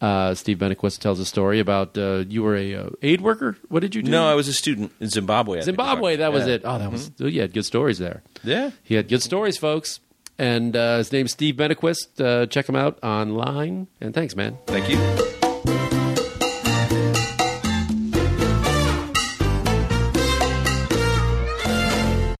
Uh, Steve Beniquist tells a story about uh, you were a uh, aid worker. What did you do? No, I was a student in Zimbabwe. I think we Zimbabwe. talked- That was yeah. it. Oh, that was. Oh, you had good stories there. Yeah. He had good stories, folks. And uh, his name's Steve Benequist. Uh, check him out online. And thanks, man. Thank you.